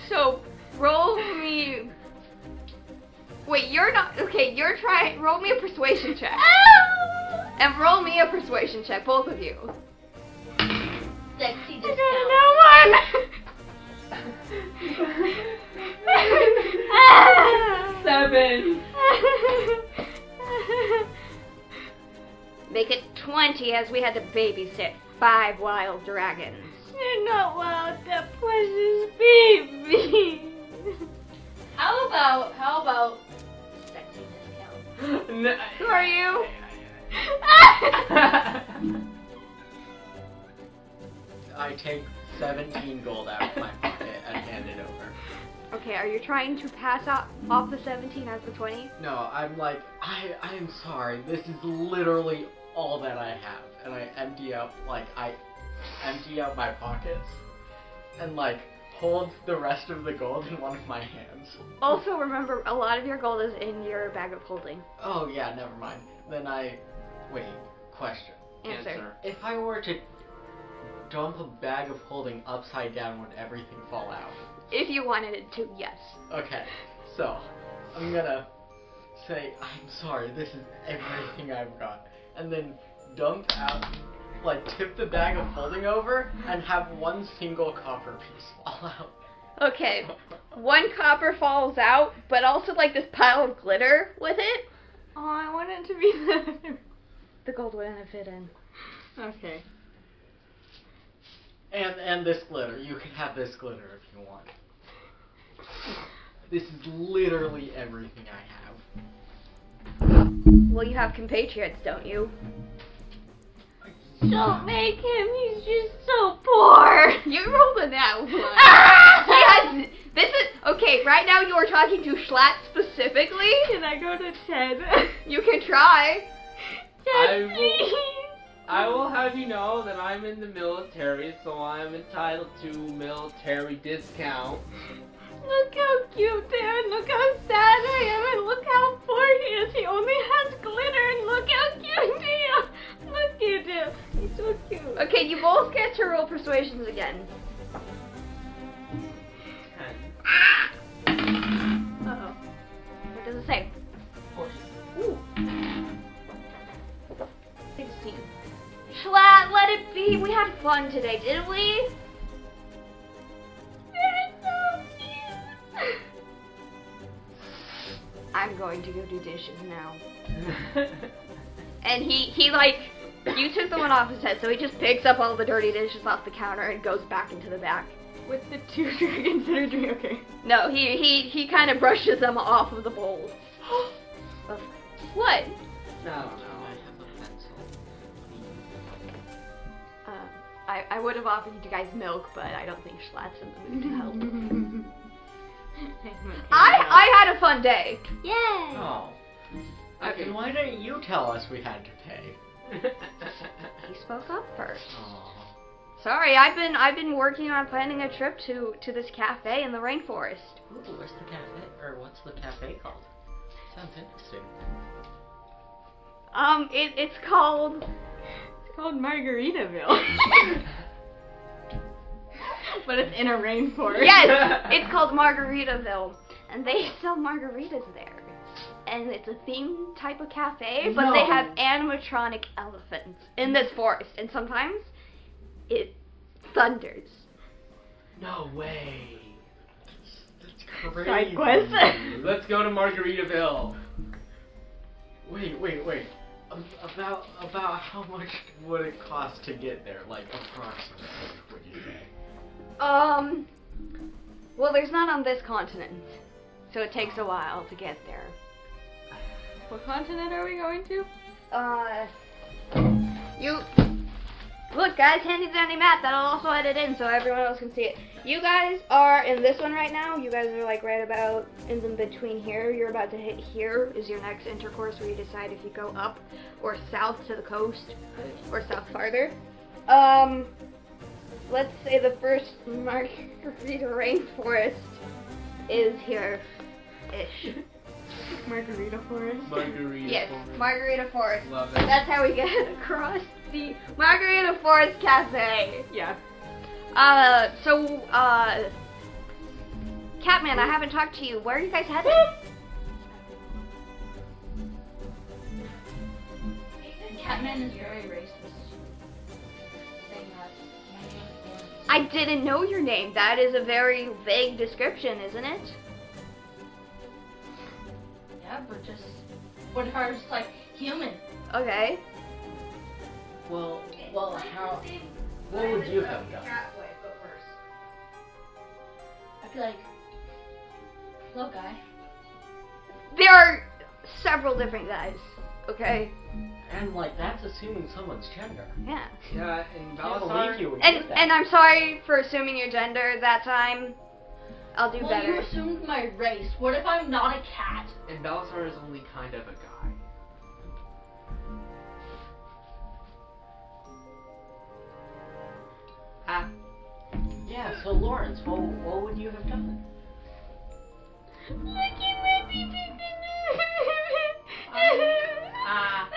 S3: So, roll me. Wait, you're not. Okay, you're trying. Roll me a persuasion check. And roll me a persuasion check, both of you.
S6: Sexy
S5: I
S6: discount.
S5: got a no one. Seven.
S3: Make it 20 as we had to babysit five wild dragons.
S5: You're not wild, that precious baby.
S6: How about how about sexy discount?
S2: N-
S3: Who are you?
S4: I take 17 gold out of my pocket and hand it over.
S3: Okay, are you trying to pass off, off the 17 as the 20?
S4: No, I'm like, I, I am sorry. This is literally all that I have, and I empty out like I empty out my pockets and like hold the rest of the gold in one of my hands.
S3: Also, remember, a lot of your gold is in your bag of holding.
S4: Oh yeah, never mind. Then I wait. Question:
S3: Answer.
S4: If I were to dump a bag of holding upside down, would everything fall out?
S3: If you wanted it to, yes.
S4: Okay, so I'm gonna say I'm sorry. This is everything I've got, and then dump out, like tip the bag of holding over, and have one single copper piece fall out.
S3: Okay, one copper falls out, but also like this pile of glitter with it.
S5: Oh, I want it to be leather.
S3: The gold wouldn't fit in.
S5: Okay.
S4: And and this glitter, you can have this glitter if you want. This is literally everything I have.
S3: Well, you have compatriots, don't you?
S5: Don't make him. He's just so poor.
S3: You rolled a nat one.
S5: Ah!
S3: Yes, this is okay. Right now, you are talking to Schlatt specifically.
S5: Can I go to Ted?
S3: You can try.
S2: I
S5: Ted,
S2: will-
S5: please.
S2: I will have you know that I'm in the military, so I'm entitled to military discount.
S5: Look how cute they are. and Look how sad I am. And look how poor he is. He only has glitter. And look how cute he is. Look at him. He's so cute.
S3: Okay, you both get to roll persuasions again.
S5: Uh-oh.
S3: What does it say? Ooh. 16. Schlatt, let it be. We had fun today, didn't we? I'm going to go do dishes now. And he, he like, you took the one off his head, so he just picks up all the dirty dishes off the counter and goes back into the back.
S5: With the two dragons in a dream. Okay.
S3: No, he he he kind of brushes them off of the bowl. Of- what?
S2: No, no.
S4: I have a pencil.
S3: Um, I, I would have offered you guys milk, but I don't think Schlatt's in the mood to help. I I had a fun day.
S5: Yay!
S4: Oh.
S2: Okay.
S4: Then why didn't you tell us we had to pay?
S3: He spoke up first.
S4: Oh.
S3: Sorry, I've been I've been working on planning a trip to to this cafe in the rainforest.
S4: Ooh, where's the cafe? Or what's the cafe called? Sounds interesting.
S3: Um, it, it's called.
S5: It's called Margaritaville. but it's in a rainforest.
S3: Yes, it's called Margaritaville, and they sell margaritas there. And it's a theme type of cafe, but they
S4: No.
S3: have animatronic elephants in this forest, and sometimes it thunders.
S2: No way.
S4: That's
S5: Side
S4: crazy.
S5: quest.
S2: Let's go to Margaritaville.
S4: Wait, wait, wait. ab- about about how much would it cost to get there? Like approximately, would you say?
S3: Um. Well, there's not on this continent, so it takes a while to get there.
S5: What continent are we going to?
S3: Uh. You. Look, guys, handed down a map that I'll also edit in so everyone else can see it. You guys are in this one right now. You guys are like right about in the between here. You're about to hit here is your next intercourse where you decide if you go up or south to the coast or south farther. Um, let's say the first margarita rainforest is here ish.
S5: Margarita Forest.
S2: Margarita.
S3: Yes,
S2: forest.
S3: margarita forest.
S2: Love it.
S3: That's how we get across the Margarita Forest Cafe.
S5: Yeah.
S3: Uh, so, uh, Catman, I haven't talked to you. Where are you guys headed?
S6: Catman is very racist. Saying that. my name is Lawrence.
S3: I didn't know your name. That is a very vague description, isn't it?
S6: Yeah, but just. But hers like human.
S3: Okay.
S4: Well, well, how? What would you have done?
S6: I'd be like, look, guy.
S3: There are several different guys. Okay.
S4: And like that's assuming someone's gender.
S3: Yeah.
S2: Yeah, and
S4: I don't
S2: Valsar.
S4: believe you. When you
S3: And
S4: did that.
S3: and I'm sorry for assuming your gender that time. I'll do
S6: well, you
S3: better.
S6: assumed my race. What if I'm not a cat?
S2: And Balsar is only kind of a guy. Ah,
S4: yeah. So Lawrence, what what would you have done?
S6: Ah.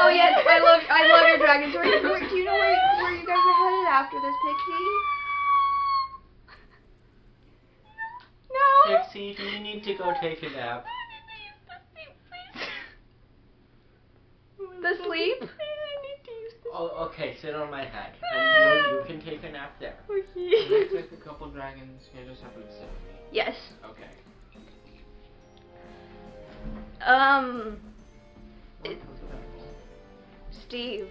S3: Oh yes, I love I love your dragon story. Where- Do you know where, where you guys are headed after this, Pixie? No.
S4: Pixie, do you need to go take a nap?
S3: The sleep.
S4: Oh, okay. Sit on my head, and you, you can take a nap there.
S2: can I take a couple dragons? Can I just have them sit with
S3: Yes.
S2: me? Okay.
S3: Um, Steve,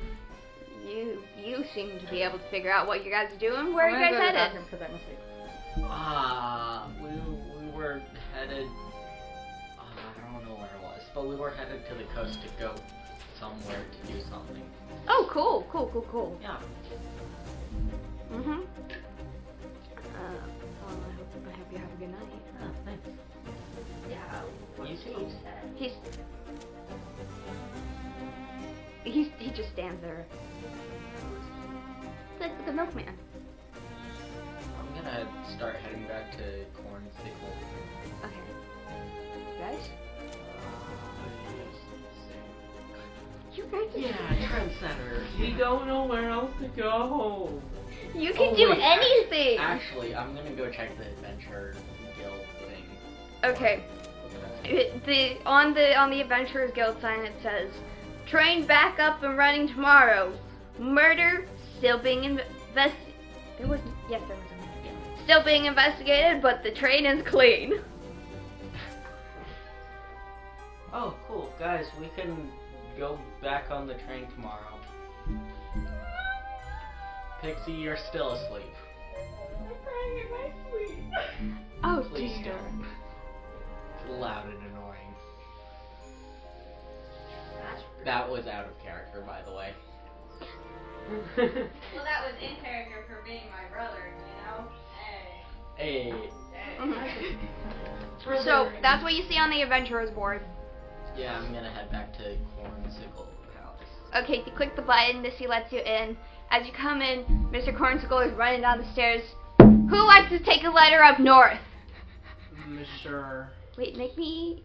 S3: you you seem to be able to figure out what you guys are doing. Where are you
S5: I'm gonna
S3: guys
S5: go to the
S3: headed?
S5: bathroom 'cause I'm asleep.
S4: Ah, we, we were headed. ah, I don't know where it was, but we were headed to the coast to go somewhere to do something.
S3: Oh, cool, cool, cool, cool.
S4: Yeah.
S3: Mm-hmm. Uh, well, I hope, I hope you have a good night.
S4: Ah, thanks.
S6: Yeah.
S4: You too.
S3: He's he's he just stands there. Like the milkman.
S4: I'm gonna start heading back to Corn Sickle.
S3: Okay. Guys,
S4: Uh,
S3: you guys.
S4: Yeah, trendsetter.
S2: We don't know where else to go.
S3: You can
S4: Oh,
S3: do
S4: wait.
S3: anything.
S4: Actually, I'm gonna go check the adventure guild thing.
S3: Okay. It- the on the on the Adventurers Guild sign it says, "Train back up and running tomorrow. Murder still being invest. There was yes, there was a murder. Yeah. Still being investigated, but the train is clean.
S4: Oh, cool, guys. We can go back on the train tomorrow. Pixie, you're still asleep.
S3: Oh
S4: Please don't. It's loud and annoying. That was out of character, by the way.
S6: Well, that was in character for being my brother, you know? Hey.
S4: hey,
S3: dear. So that's what you see on the Adventurers board.
S4: yeah, I'm gonna head back to Cornsickle Palace.
S3: Okay, you click the button. Missy lets you in. As you come in, Mr. Cornsicle is running down the stairs. Who likes to take a letter up north?
S2: Mm, sure.
S3: Wait, make me.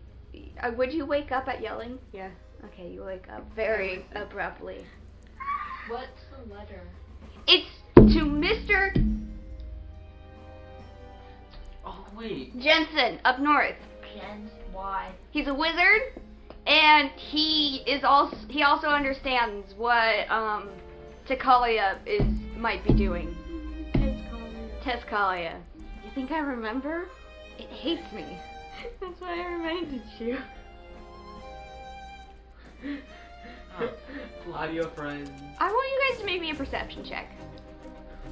S3: Uh, would you wake up at yelling?
S5: Yeah.
S3: Okay, you wake up very abruptly.
S6: What's the letter?
S3: It's to Mr.
S4: Oh wait,
S3: Jensen up north.
S6: Jen's why?
S3: He's a wizard, and he is also he also understands what um Tekalia is might be dodoing. Tescalia. You think I remember? It hates me.
S5: That's why I reminded you.
S2: Lie to your friends.
S3: I want you guys to make me a perception check.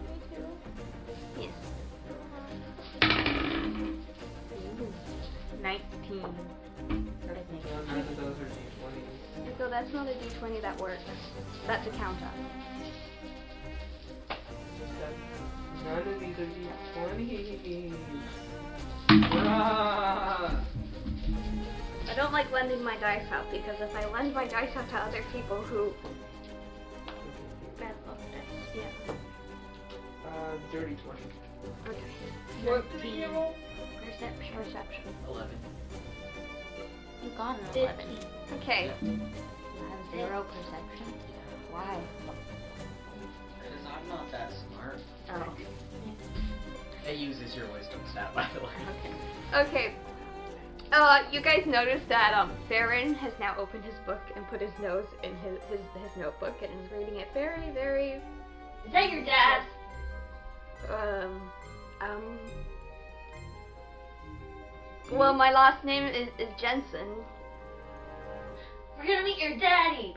S6: Me too.
S3: Yes.
S5: 19.
S2: None of those are d20s.
S3: And so that's not a d20 that works. That's a count up.
S2: That's- None of these are d20s. Bruh.
S3: I don't like lending my dice out because if I lend my dice out to other people who. Bad luck, that's- Yeah.
S2: Uh, dirty 20.
S3: Okay.
S6: What did you roll?
S3: Perception. Perception.
S4: 11.
S5: You got an
S3: Okay.
S5: Zero perception. Why?
S4: Because I'm not that smart.
S5: Oh.
S4: It uses your wisdom stat, by the way.
S3: Okay. Uh, you guys noticed that um, Baron has now opened his book and put his nose in his, his, his notebook and is reading it very, very
S6: Is that your dad?
S3: Um, um. Well, my last name is, is Jensen.
S6: We're gonna meet your daddy.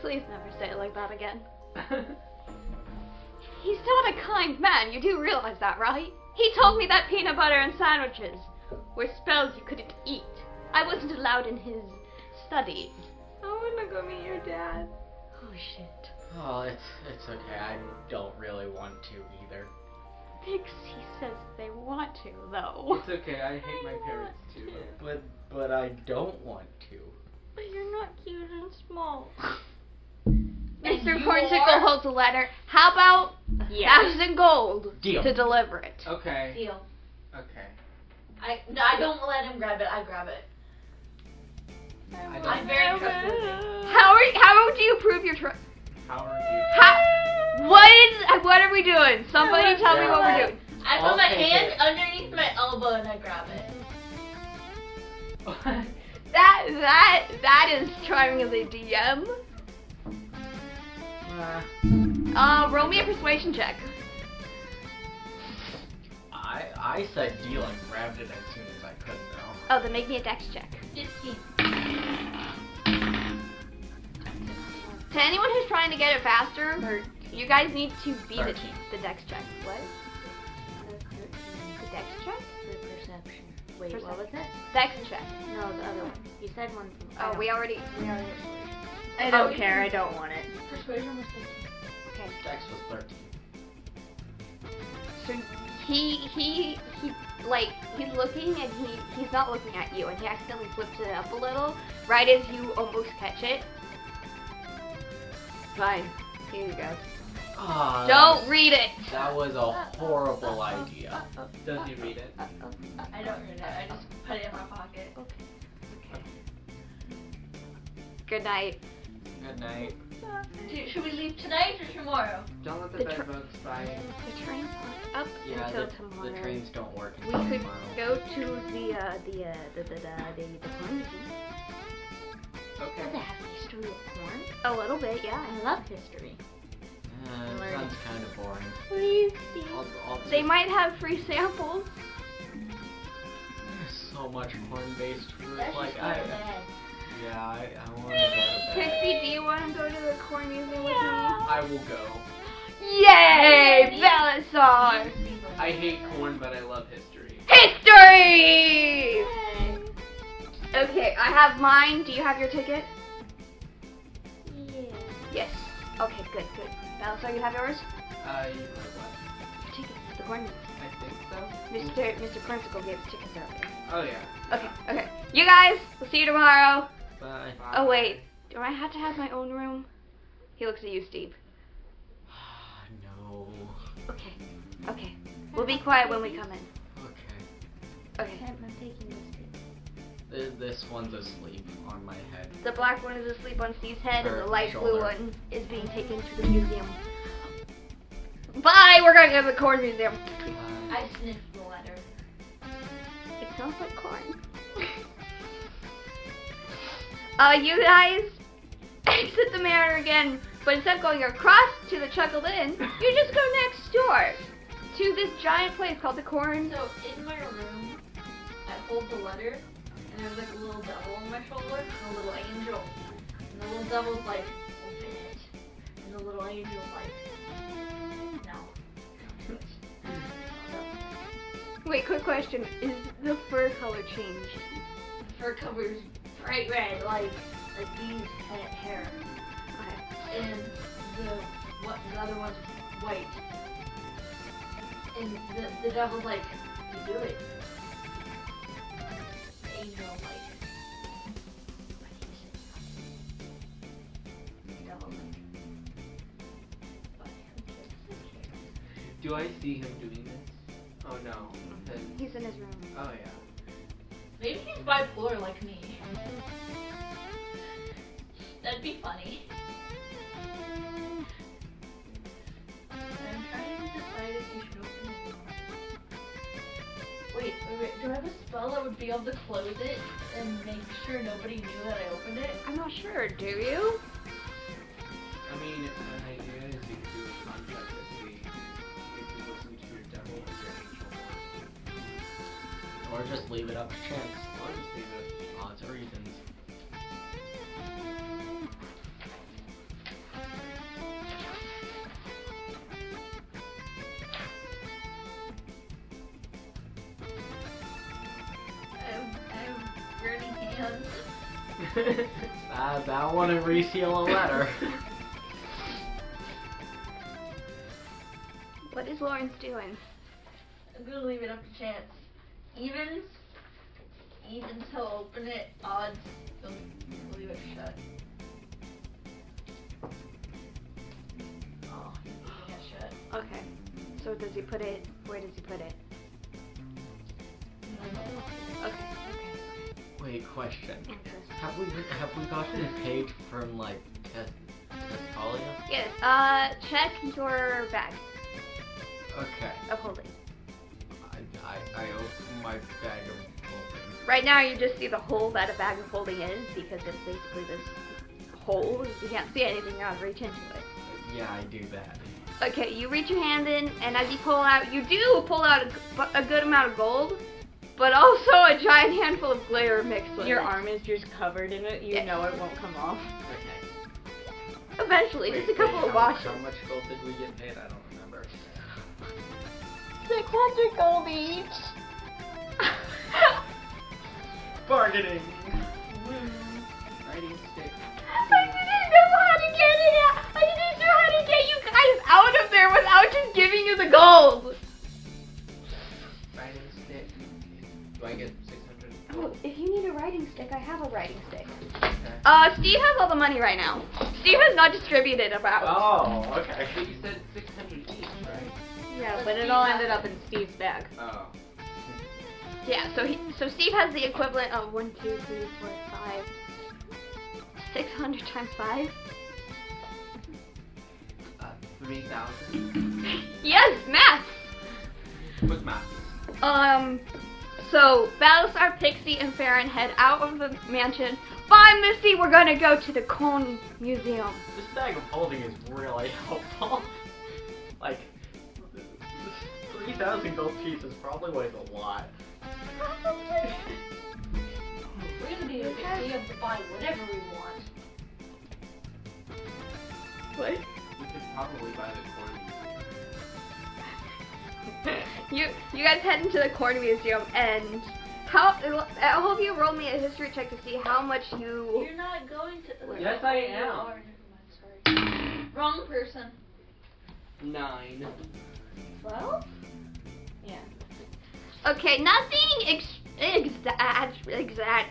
S3: Please never say it like that again. He's not a kind man, you do realize that, right? He told me that peanut butter and sandwiches were spells you couldn't eat. I wasn't allowed in his study.
S5: I want to go meet your dad.
S3: Oh shit.
S4: Oh, it's it's okay. I don't really want to either.
S3: Pixie says they want to, though.
S2: It's okay, I hate my parents too.
S4: But but I don't want to.
S5: But you're not cute and small.
S6: And
S3: Mr.
S6: you
S3: Cornsicle
S6: are-
S3: holds a letter. How about thousand gold
S4: Deal.
S3: to deliver it?
S2: Okay,
S6: Deal.
S2: okay.
S6: I no, I don't let him grab it. I grab it.
S2: I
S6: I'm
S2: don't.
S6: very trustworthy.
S3: How are how do you prove your trust?
S2: How are
S3: How, what is what are we doing? Somebody tell me what we're doing.
S6: I put my
S2: I'll take
S6: hand
S2: it.
S6: underneath my elbow and I grab it.
S2: you?
S3: That that that is trying as a DM.
S4: Uh,
S3: Uh, roll me a persuasion check.
S4: I I said deal and grabbed it as soon as I could though.
S3: Oh, then make me a dex check.
S6: Fifteen.
S3: To anyone who's trying to get it faster, you guys need to beat it,
S4: Thirteen.
S3: the dex check. What? The dex check?
S5: Perception. Wait,
S3: what was
S5: it?
S3: Dex check.
S5: No, the other one. You said one.
S3: Oh, we already.
S5: I
S3: don't
S5: don't care. I don't want it.
S6: Persuasion was fifteen.
S3: Okay.
S4: Dex was thirteen.
S3: So he he he like he's looking and he he's not looking at you and he accidentally flips it up a little right as you almost catch it. Fine. Here you go.
S4: Ah.
S3: Don't read it.
S4: That was a horrible idea.
S2: Does he read it?
S6: I don't read it. I just put it in my pocket.
S3: Good night.
S4: Good night.
S6: Do, should we leave tonight or tomorrow?
S2: Don't let the,
S3: The
S2: bed
S3: tr-
S2: bugs bite.
S3: The train's not up
S4: Yeah,
S3: until
S4: the,
S3: tomorrow.
S4: the trains don't work
S3: we
S4: until
S3: could
S4: tomorrow.
S3: go to the uh the uh the the the the, the corn museum. Does it
S2: Okay. Uh,
S3: have history of corn? A little bit, yeah.
S5: I love history.
S4: Uh,
S5: Learn.
S4: sounds kind of boring.
S3: Please. see.
S4: I'll, I'll
S3: They
S4: take-
S3: might have free samples.
S4: There's so much corn-based food.
S6: That's
S4: Like
S6: just
S4: I.
S6: not bad.
S4: Yeah, I, I want to go to bed.
S3: Pixie, do you want to go to the corn museum with me?
S2: I will go.
S3: Yay, Belisar!
S2: I hate corn, but I love history.
S3: History! Okay, I have mine. Do you have your ticket? Yes. Okay, good, good. Belisar, you have yours?
S2: Uh, you know what?
S3: Your ticket. The corn.
S2: I think so.
S3: Mr. Mr. Principal gave the tickets earlier.
S2: Oh yeah.
S3: Okay, okay. You guys, we'll see you tomorrow.
S4: Bye.
S3: Oh wait, do I have to have my own room? He looks at you, Steve.
S4: no.
S3: Okay, okay. We'll be quiet when we come in.
S4: Okay.
S3: Okay.
S5: I'm taking this.
S4: This, this one's asleep on my head.
S3: The black one is asleep on Steve's head, and
S4: Her
S3: the light blue
S4: shoulder.
S3: one is being taken to the museum. Bye! We're gonna go to the corn museum.
S4: Bye.
S6: I sniffed the letter.
S3: It smells like corn. uh, you guys exit the manor again, but instead of going across to the Chuckle Inn, you just go next door to this giant place called the Corn.
S6: So in my room, I hold the letter, and there's like a little devil on my shoulder, and a little angel, and the little devil's like, all you do is like, no.
S3: Wait, quick question. Is the fur color change?
S6: Fur covers bright red, like a bee's head hair, and the what the other one's white. And the the devil's like, you do it. The angel like, why do you say nothing? The devil like, but who gives a care?
S2: Do I see him doing this? Oh no. Then-
S3: He's in his room.
S2: oh yeah.
S6: Maybe he's bipolar like me. That'd be funny. I'm trying to decide if you should open the door. Wait, wait, wait, do I have a spell that would be able to close it and make sure nobody knew that I opened it?
S3: I'm not sure. Do you?
S2: I mean, an idea is you could do a contract to see if you listen to your devil or your angel.
S4: Or just leave it up to chance. Oh,
S2: Or just leave it odds or evens.
S6: I'm, I'm burning hands.
S4: I, Uh, I want to reseal a letter.
S3: What is Lawrence doing?
S6: I'm gonna leave it up to chance. Evens? Evens, he'll open it. Odds, he'll leave it shut. Oh, he's leaving it shut.
S3: Okay. So does he put it? Where does he put it? Okay. Okay.
S4: Wait, question.
S3: Answers.
S4: Have we have we gotten a page from like Test Testalia?
S3: Yes. Uh, check your bag
S4: Okay.
S3: of holding.
S4: I, I, I open my bag of
S3: Right now, you just see the hole that a bag of holding is because it's basically this hole. You can't see anything else. Reach into it.
S4: holding. Yeah, I do that.
S3: Okay, you reach your hand in, and as you pull out, you do pull out a, g- bu- a good amount of gold, but also a giant handful of glitter mixed with
S5: Your
S3: it.
S5: arm is just covered in it. You
S3: Yeah.
S5: know it won't come off.
S3: Eventually, just a
S4: Wait,
S3: couple
S4: wait,
S3: of
S4: how-
S3: washes.
S4: How much gold did we get paid? I don't remember.
S5: 600 gold each.
S4: Bargaining.
S2: Writing stick.
S3: I didn't know how to get it out. I didn't know how to get you guys out of there without just giving you the gold.
S2: Writing stick. Do I get 600?
S3: Oh, if you need a writing stick, I have a writing stick.
S2: Okay.
S3: Uh, Steve has all the money right now. Steve has not distributed about.
S4: Oh, okay.
S2: But you said 600 each, right?
S5: Yeah,
S6: Let's
S5: but
S6: see
S5: it all
S6: that.
S5: ended up in Steve's bag.
S4: Mm-hmm.
S2: Oh.
S3: Yeah, so he, so Steve has the equivalent of one, two, three, four, five, six hundred times five.
S2: Uh, 3,000?
S3: Yes, math.
S2: Quick math.
S3: Um, so Battlestar, Pixie, and Farron head out of the mansion. Bye, Misty. We're gonna go to the Cone Museum.
S4: This bag of holding is really helpful. like, three thousand gold pieces probably weighs a lot.
S6: We're gonna be okay. We have to buy whatever we want.
S3: What?
S2: We could probably buy the
S3: You you guys head into the Corn Museum and how? I hope you roll me a history check to see how much you.
S6: You're not going to.
S2: Yes, I
S6: You
S2: am.
S6: are. Never mind, sorry. Wrong person.
S2: corny. Nine.
S6: Well,
S3: Okay, nothing ex- exa- exa-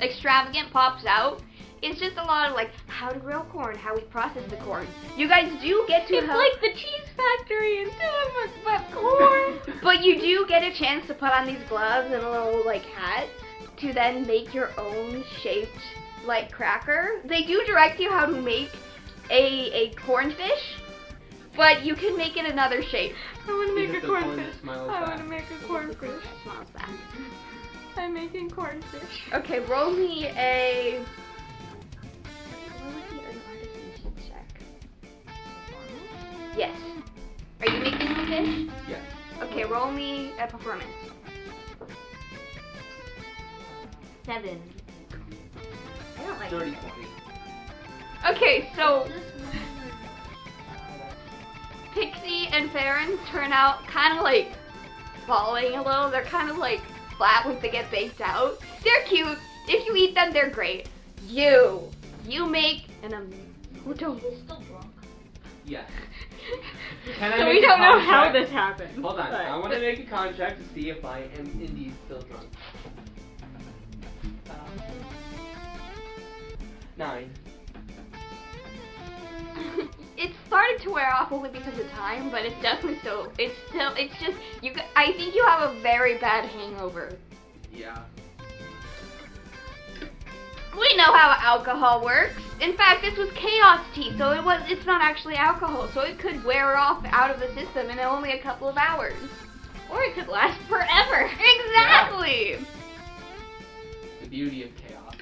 S3: extravagant pops out. It's just a lot of like how to grow corn, how we process the corn. You guys do get to
S5: It's
S3: help,
S5: like the cheese factory instead of a but corn.
S3: but you do get a chance to put on these gloves and a little like hat to then make your own shaped like cracker. They do direct you how to make a a cornfish, but you can make it another shape.
S5: I want
S2: Is
S5: to make
S2: it
S5: a
S2: the corn
S5: cornfish.
S2: that smiles
S5: I want to
S2: back?
S5: make a cornfish.
S3: Smells bad.
S5: I'm making cornfish.
S3: Okay, roll me a. Roll me an artisan check. Yes. Are you making a fish?
S2: Yes.
S3: Okay, roll me a performance. Seven. I don't like
S2: 30,
S3: Okay, so
S6: this one.
S3: Pixie and Farron turn out kind of like falling a little. They're kind of like flat once they get baked out. They're cute. If you eat them, they're great. You, you make an am- who don't.
S6: He's still drunk.
S2: Yes. Can I
S5: so
S2: make
S5: we
S2: a
S5: don't know how
S2: contract?
S5: this happened.
S2: Hold on,
S5: but-
S2: I want to make a contract to see if I am indeed still drunk. Um, Nine.
S3: it started to wear off only because of time, but it's definitely still. It's still. It's just you. g- I think you have a very bad hangover.
S2: Yeah.
S3: We know how alcohol works. In fact, this was chaos tea, so it was. It's not actually alcohol, so it could wear off out of the system in only a couple of hours, or it could last forever. Exactly.
S2: The beauty of chaos.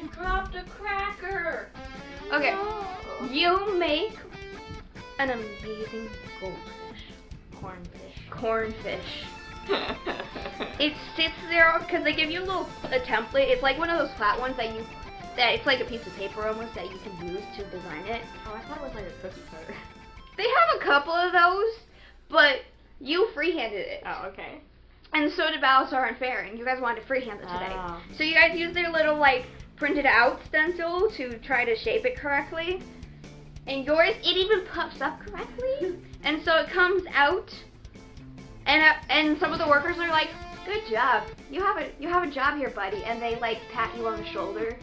S6: You dropped a cracker.
S3: Okay.
S6: No.
S3: You make an amazing goldfish. Cornfish. Cornfish. it sits there because they give you a little a template. It's like one of those flat ones that you that it's like a piece of paper almost that you can use to design it.
S5: Oh, I thought it was like a cookie cutter.
S3: They have a couple of those, but you freehanded it.
S5: Oh, okay.
S3: And so did Balasar and Farron. You guys wanted to freehand it today. So you guys use their little like printed out stencil to try to shape it correctly. And yours, it even puffs up correctly. And so it comes out. And uh, and some of the workers are like, "Good job. You have a you have a job here, buddy." And they like pat you on the shoulder.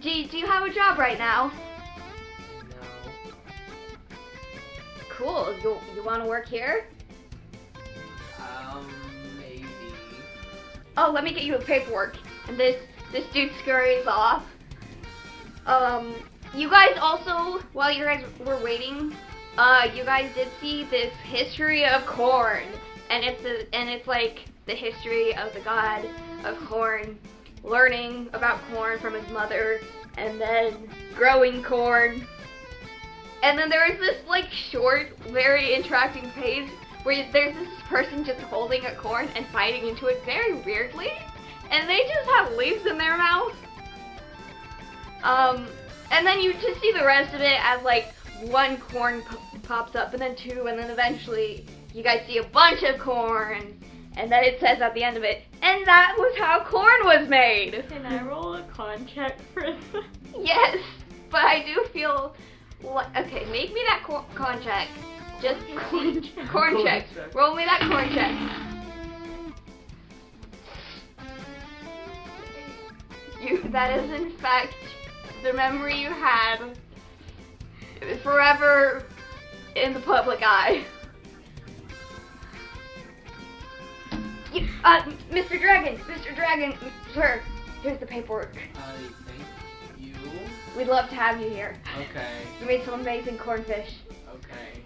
S3: Do, do you have a job right now?
S2: No.
S3: Cool. You you want to work here?
S2: Um, maybe.
S3: oh let me get you the paperwork and this this dude scurries off um you guys also while you guys were waiting uh you guys did see this history of corn and it's a, and it's like the history of the god of corn learning about corn from his mother and then growing corn and then there is this like short very interacting page where there's this person just holding a corn and biting into it very weirdly, and they just have leaves in their mouth. Um, and then you just see the rest of it as like one corn p- pops up, and then two, and then eventually you guys see a bunch of corn, and then it says at the end of it, and that was how corn was made.
S5: Can I roll a contract for this?
S3: Yes, but I do feel. Li- okay, make me that cor- corn check. Just corn check. Corn check. Roll me that corn check. You. That is in fact the memory you had forever in the public eye. You, uh, Mr. Dragon, Mr. Dragon, sir, here's the paperwork.
S2: I thank you.
S3: We'd love to have you here.
S2: Okay.
S3: You made some amazing cornfish.
S2: Okay.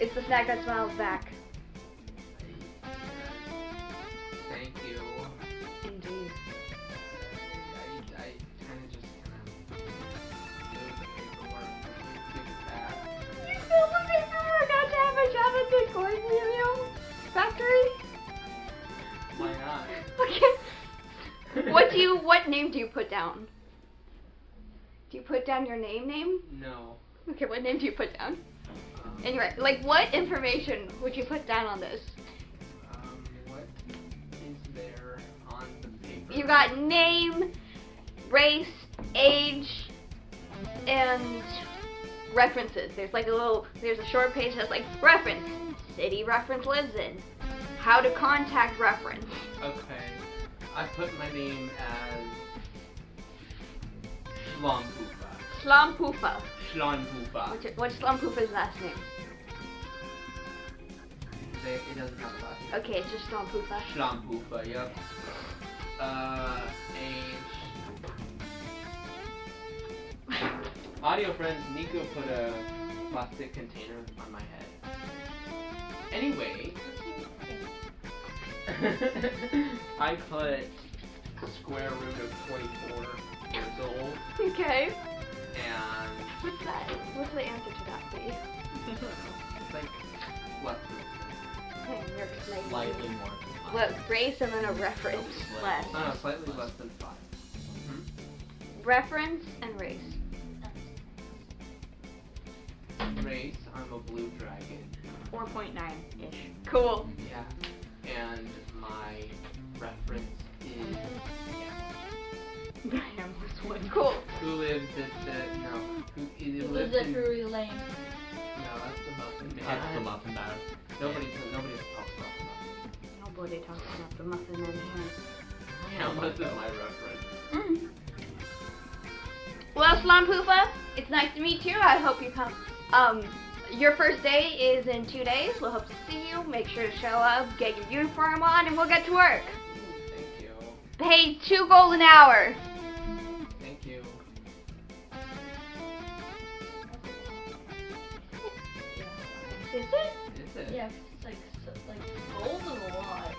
S3: It's the snack that smiles back.
S2: Thank you.
S3: Indeed.
S2: I, I, I kind of just kind of do the paperwork. Give it back.
S3: You filled the paperwork out to have a job at the corn cereal factory?
S2: Why not?
S3: Okay. what do you, what name do you put down? Do you put down your name name?
S2: No.
S3: Okay, what name do you put down?
S2: Um,
S3: Anyway, like what information would you put down on this?
S2: Um, what is there on the paper?
S3: You got name, race, age, and references. There's like a little, there's a short page that's like reference, city reference lives in, how to contact reference.
S2: Okay. I put my name as Schlampupa.
S3: Slampoofa.
S2: Schlampupa.
S3: Which, what's Slampoofa's last name?
S2: They, it doesn't have a last name.
S3: Okay, it's just Slampoofa.
S2: Schlampupa, yep. Uh, age. Audio friends, Nico put a plastic container on my head. Anyway, I put square root of 24 years old,
S3: Okay.
S2: and
S3: What's that? What's the answer to that be?
S2: it's like less than
S3: Okay, you're explaining.
S2: slightly more than five.
S3: What race and then a reference.
S5: less.
S2: Oh, no, slightly less than five.
S3: Reference and race.
S2: race. I'm a blue dragon.
S5: 4.9-ish.
S3: Cool.
S2: Yeah. And my reference is
S5: I almost won.
S3: Cool.
S2: who lives at the no who either
S6: It
S2: lives
S6: was a
S2: in no
S6: Drury Lane.
S2: that's the Muffin Man.
S7: That's the muffin man.
S2: Nobody nobody talks about the Muffin
S5: Nobody talks about the muffin man here.
S2: Man. Yeah, this is my reference.
S3: Mm. Well, Slam Poofa, it's nice to meet you. I hope you come. Um, your first day is in two days. We'll hope to see you. Make sure to show up, get your uniform on, and we'll get to work.
S2: Thank you.
S3: Pay two gold an hour.
S2: Thank you.
S3: Is it?
S2: Is it?
S6: Yeah, 'cause it's like so, like gold is a lot.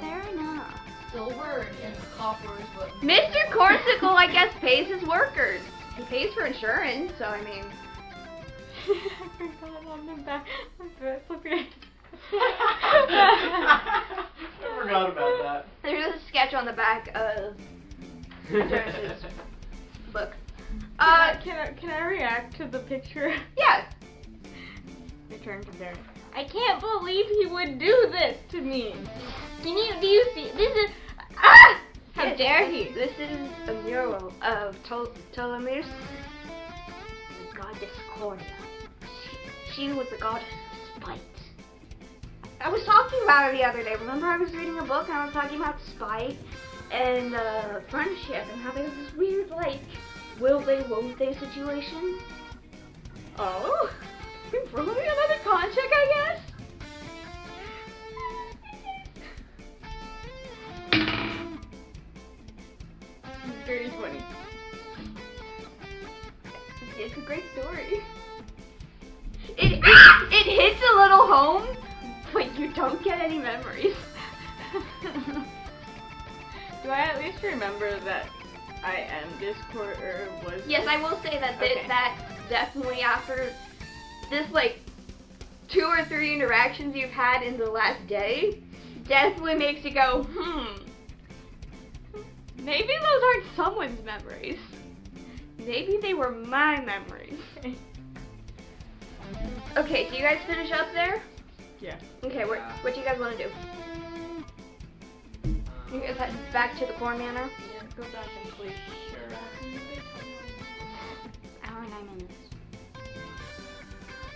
S3: Fair enough.
S6: Silver and copper is what.
S3: Mr. Corsicle, I guess, pays his workers. He pays for insurance, so I mean.
S5: I forgot on the back. My throat flipping.
S4: I forgot about
S3: There's a sketch on the back of
S2: Uh,
S4: that.
S3: the book.
S5: Uh,
S3: Uh,
S5: can I, can I react to the picture?
S3: yeah.
S5: Return to there. I can't believe he would do this to me. Can you, do you see? This is, ah! How
S3: Yes,
S5: dare
S3: this-
S5: he?
S3: This is a mural of Tol- Ptolemy's the goddess Cordia. She, she was the goddess of spite. I was talking about her the other day. Remember, I was reading a book and I was talking about spite and uh, friendship and how there's this weird, like, will they, won't they situation? Oh? You throw me another con check, I guess?
S5: 30-20.
S3: It's a great story. It, it, it hits a little home, but you don't get any memories.
S5: Do I at least remember that I am Discord or was?
S3: yes, I will say that th-
S5: Okay.
S3: that definitely after this like two or three interactions you've had in the last day, definitely makes you go, hmm. Maybe those aren't someone's memories. Maybe they were my memories. okay, do you guys finish up there?
S5: Yeah.
S3: Okay, what,
S2: Yeah.
S3: what do you guys want to do? You guys head back to the core manor?
S5: Yeah, go back and sleep.
S2: Sure.
S5: Hour and nine minutes.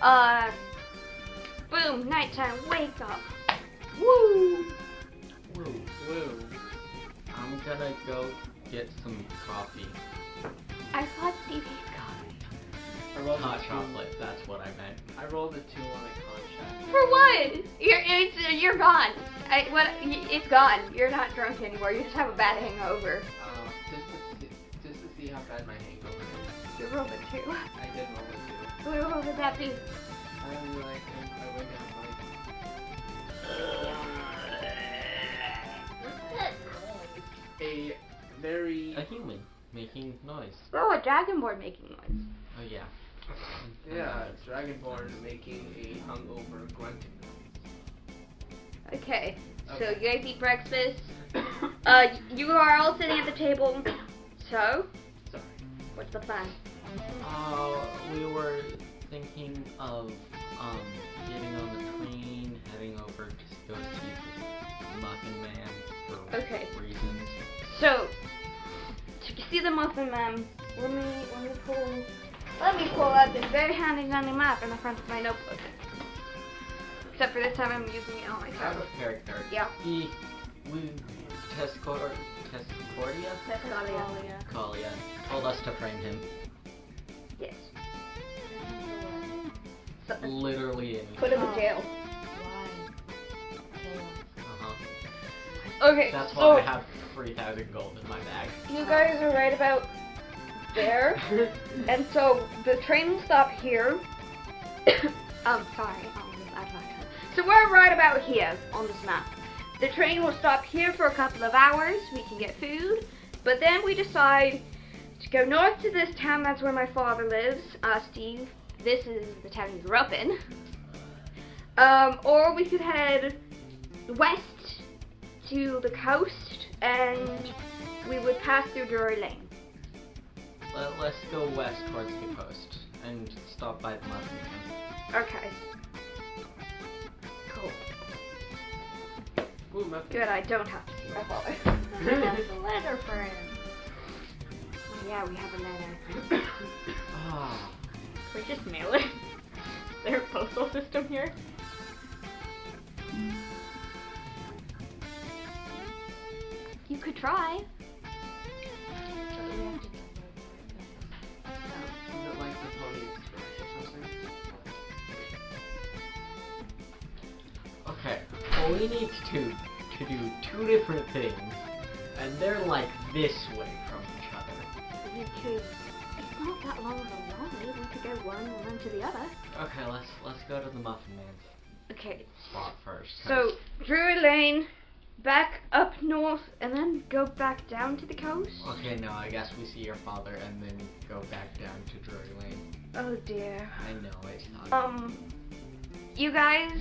S3: Uh, boom, nighttime, wake up. Woo!
S7: Woo.
S2: Woo.
S7: I'm gonna go get some coffee.
S3: I thought Steve had
S2: I rolled
S7: Hot
S2: a two.
S7: chocolate, that's what I meant.
S2: I rolled a two on a con check.
S3: gone. For what? You're, it's, you're gone. I, what, y- it's gone. You're not drunk anymore. You just have a bad hangover.
S2: Uh, just to see, just to see how bad my hangover is.
S3: You're rolling too.
S2: I did roll a two.
S3: What would that be?
S2: I'm like, i I wake up like.
S6: What's that noise?
S2: a very
S7: A human making noise.
S3: Oh, a dragonborn making noise.
S7: Oh yeah.
S2: yeah dragonborn making a hungover grunting noise.
S3: Okay, so
S2: Okay.
S3: you guys eat breakfast. Uh, you are all sitting at the table. So,
S2: Sorry.
S3: what's the plan?
S7: Uh, we were thinking of um getting on the train, heading over to go see the Muffin Man for
S3: Okay.
S7: reasons.
S3: So, to see the muffin man, let me let me pull let me pull out this very handy dandy map in the front of my notebook. Except for this time, I'm using it on my
S7: I
S3: phone.
S7: have a character.
S3: Yeah.
S7: He, we, Tescor, Tescordia,
S3: That's not it.
S6: Oh,
S7: Kalia told us to frame him.
S3: Yes. Mm.
S7: Literally anything.
S3: Put him in jail.
S7: Uh-huh.
S3: Okay.
S7: That's why
S3: so
S7: I have 3,000 gold in my bag.
S3: you guys are right about there, and so the train will stop here. um, sorry, I was out of my train. So we're right about here on this map. The train will stop here for a couple of hours. We can get food, but then we decide to go north to this town. That's where my father lives, uh, Steve. This is the town he grew up in. Um, or we could head west to the coast, and we would pass through Drury Lane.
S7: Let, let's go west towards the coast. and stop by the Muffin Man.
S3: Okay. Cool.
S2: Ooh, Muffin.
S3: Good, I don't have to see my father.
S6: That's a letter friend.
S3: Oh, yeah, we have a letter.
S7: Ah,
S5: we just mail it? Is there a postal system here?
S3: You could try.
S2: Is it like the Pony Express or something?
S7: okay. Well, we need to to do two different things, and they're like this way from each other.
S3: You could. It's not that long of a ride. We could go one and then to the other.
S7: Okay, let's let's go to the Muffin Man's
S3: Okay.
S7: spot first. 'cause-
S3: So Drury Lane, back up north, and then go back down to the coast.
S7: Okay, no, I guess we see your father and then go back down to Drury Lane.
S3: Oh dear.
S7: I know it's not.
S3: Um, you guys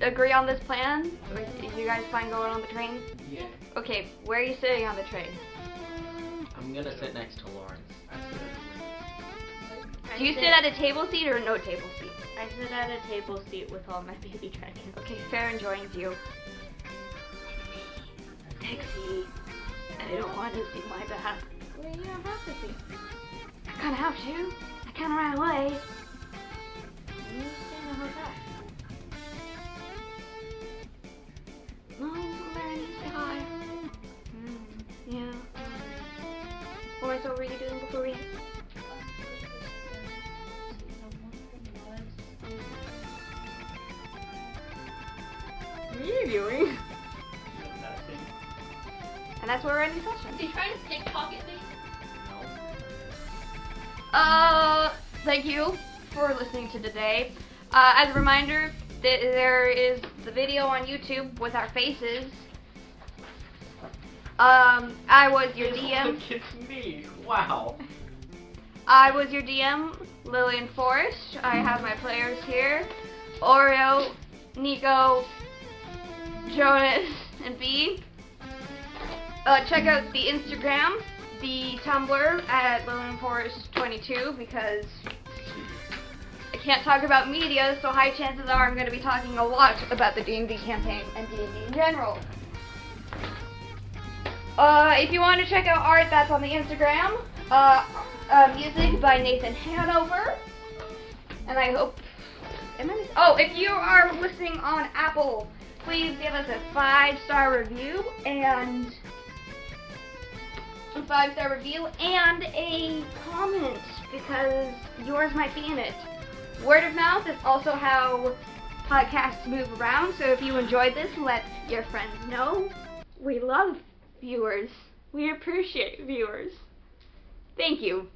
S3: agree on this plan? Or you guys fine going on the train?
S2: Yeah.
S3: Okay, where are you sitting on the train?
S7: I'm gonna sit next to Lawrence.
S2: I said it.
S3: Do you sit at a table seat or no table seat?
S5: I sit at a table seat with all my baby dragons.
S3: Okay, fair and joint view. Taxi. I don't want to see my back.
S5: Well, you don't have to see.
S3: I kind of have to. I kind of ran away.
S5: You stay in a hotel.
S3: No, Mary needs to say hi. Hmm, Yeah. Boys, what were you doing before we?
S5: What are you doing?
S3: And that's where we're ending session.
S6: Is he trying to pickpocket me?
S3: Uh, thank you for listening to today. Uh, as a reminder, th- there is the video on YouTube with our faces. Um, I was your DM.
S4: Look, it's me. Wow.
S3: I was your DM, Lillian Forrest. I have my players here Oreo, Nico, Jonas, and B. Uh, check out the Instagram, the Tumblr at Lillian Forrest 22 because I can't talk about media, so high chances are I'm going to be talking a lot about the D&D campaign and D&D in general. Uh, if you want to check out art, that's on the Instagram. Uh, uh, music by Nathan Hanover. And I hope. am I- Oh, if you are listening on Apple, please give us a five star review and. A five star review and a comment because yours might be in it. Word of mouth is also how podcasts move around, so if you enjoyed this, let your friends know. We love viewers. We appreciate viewers. Thank you.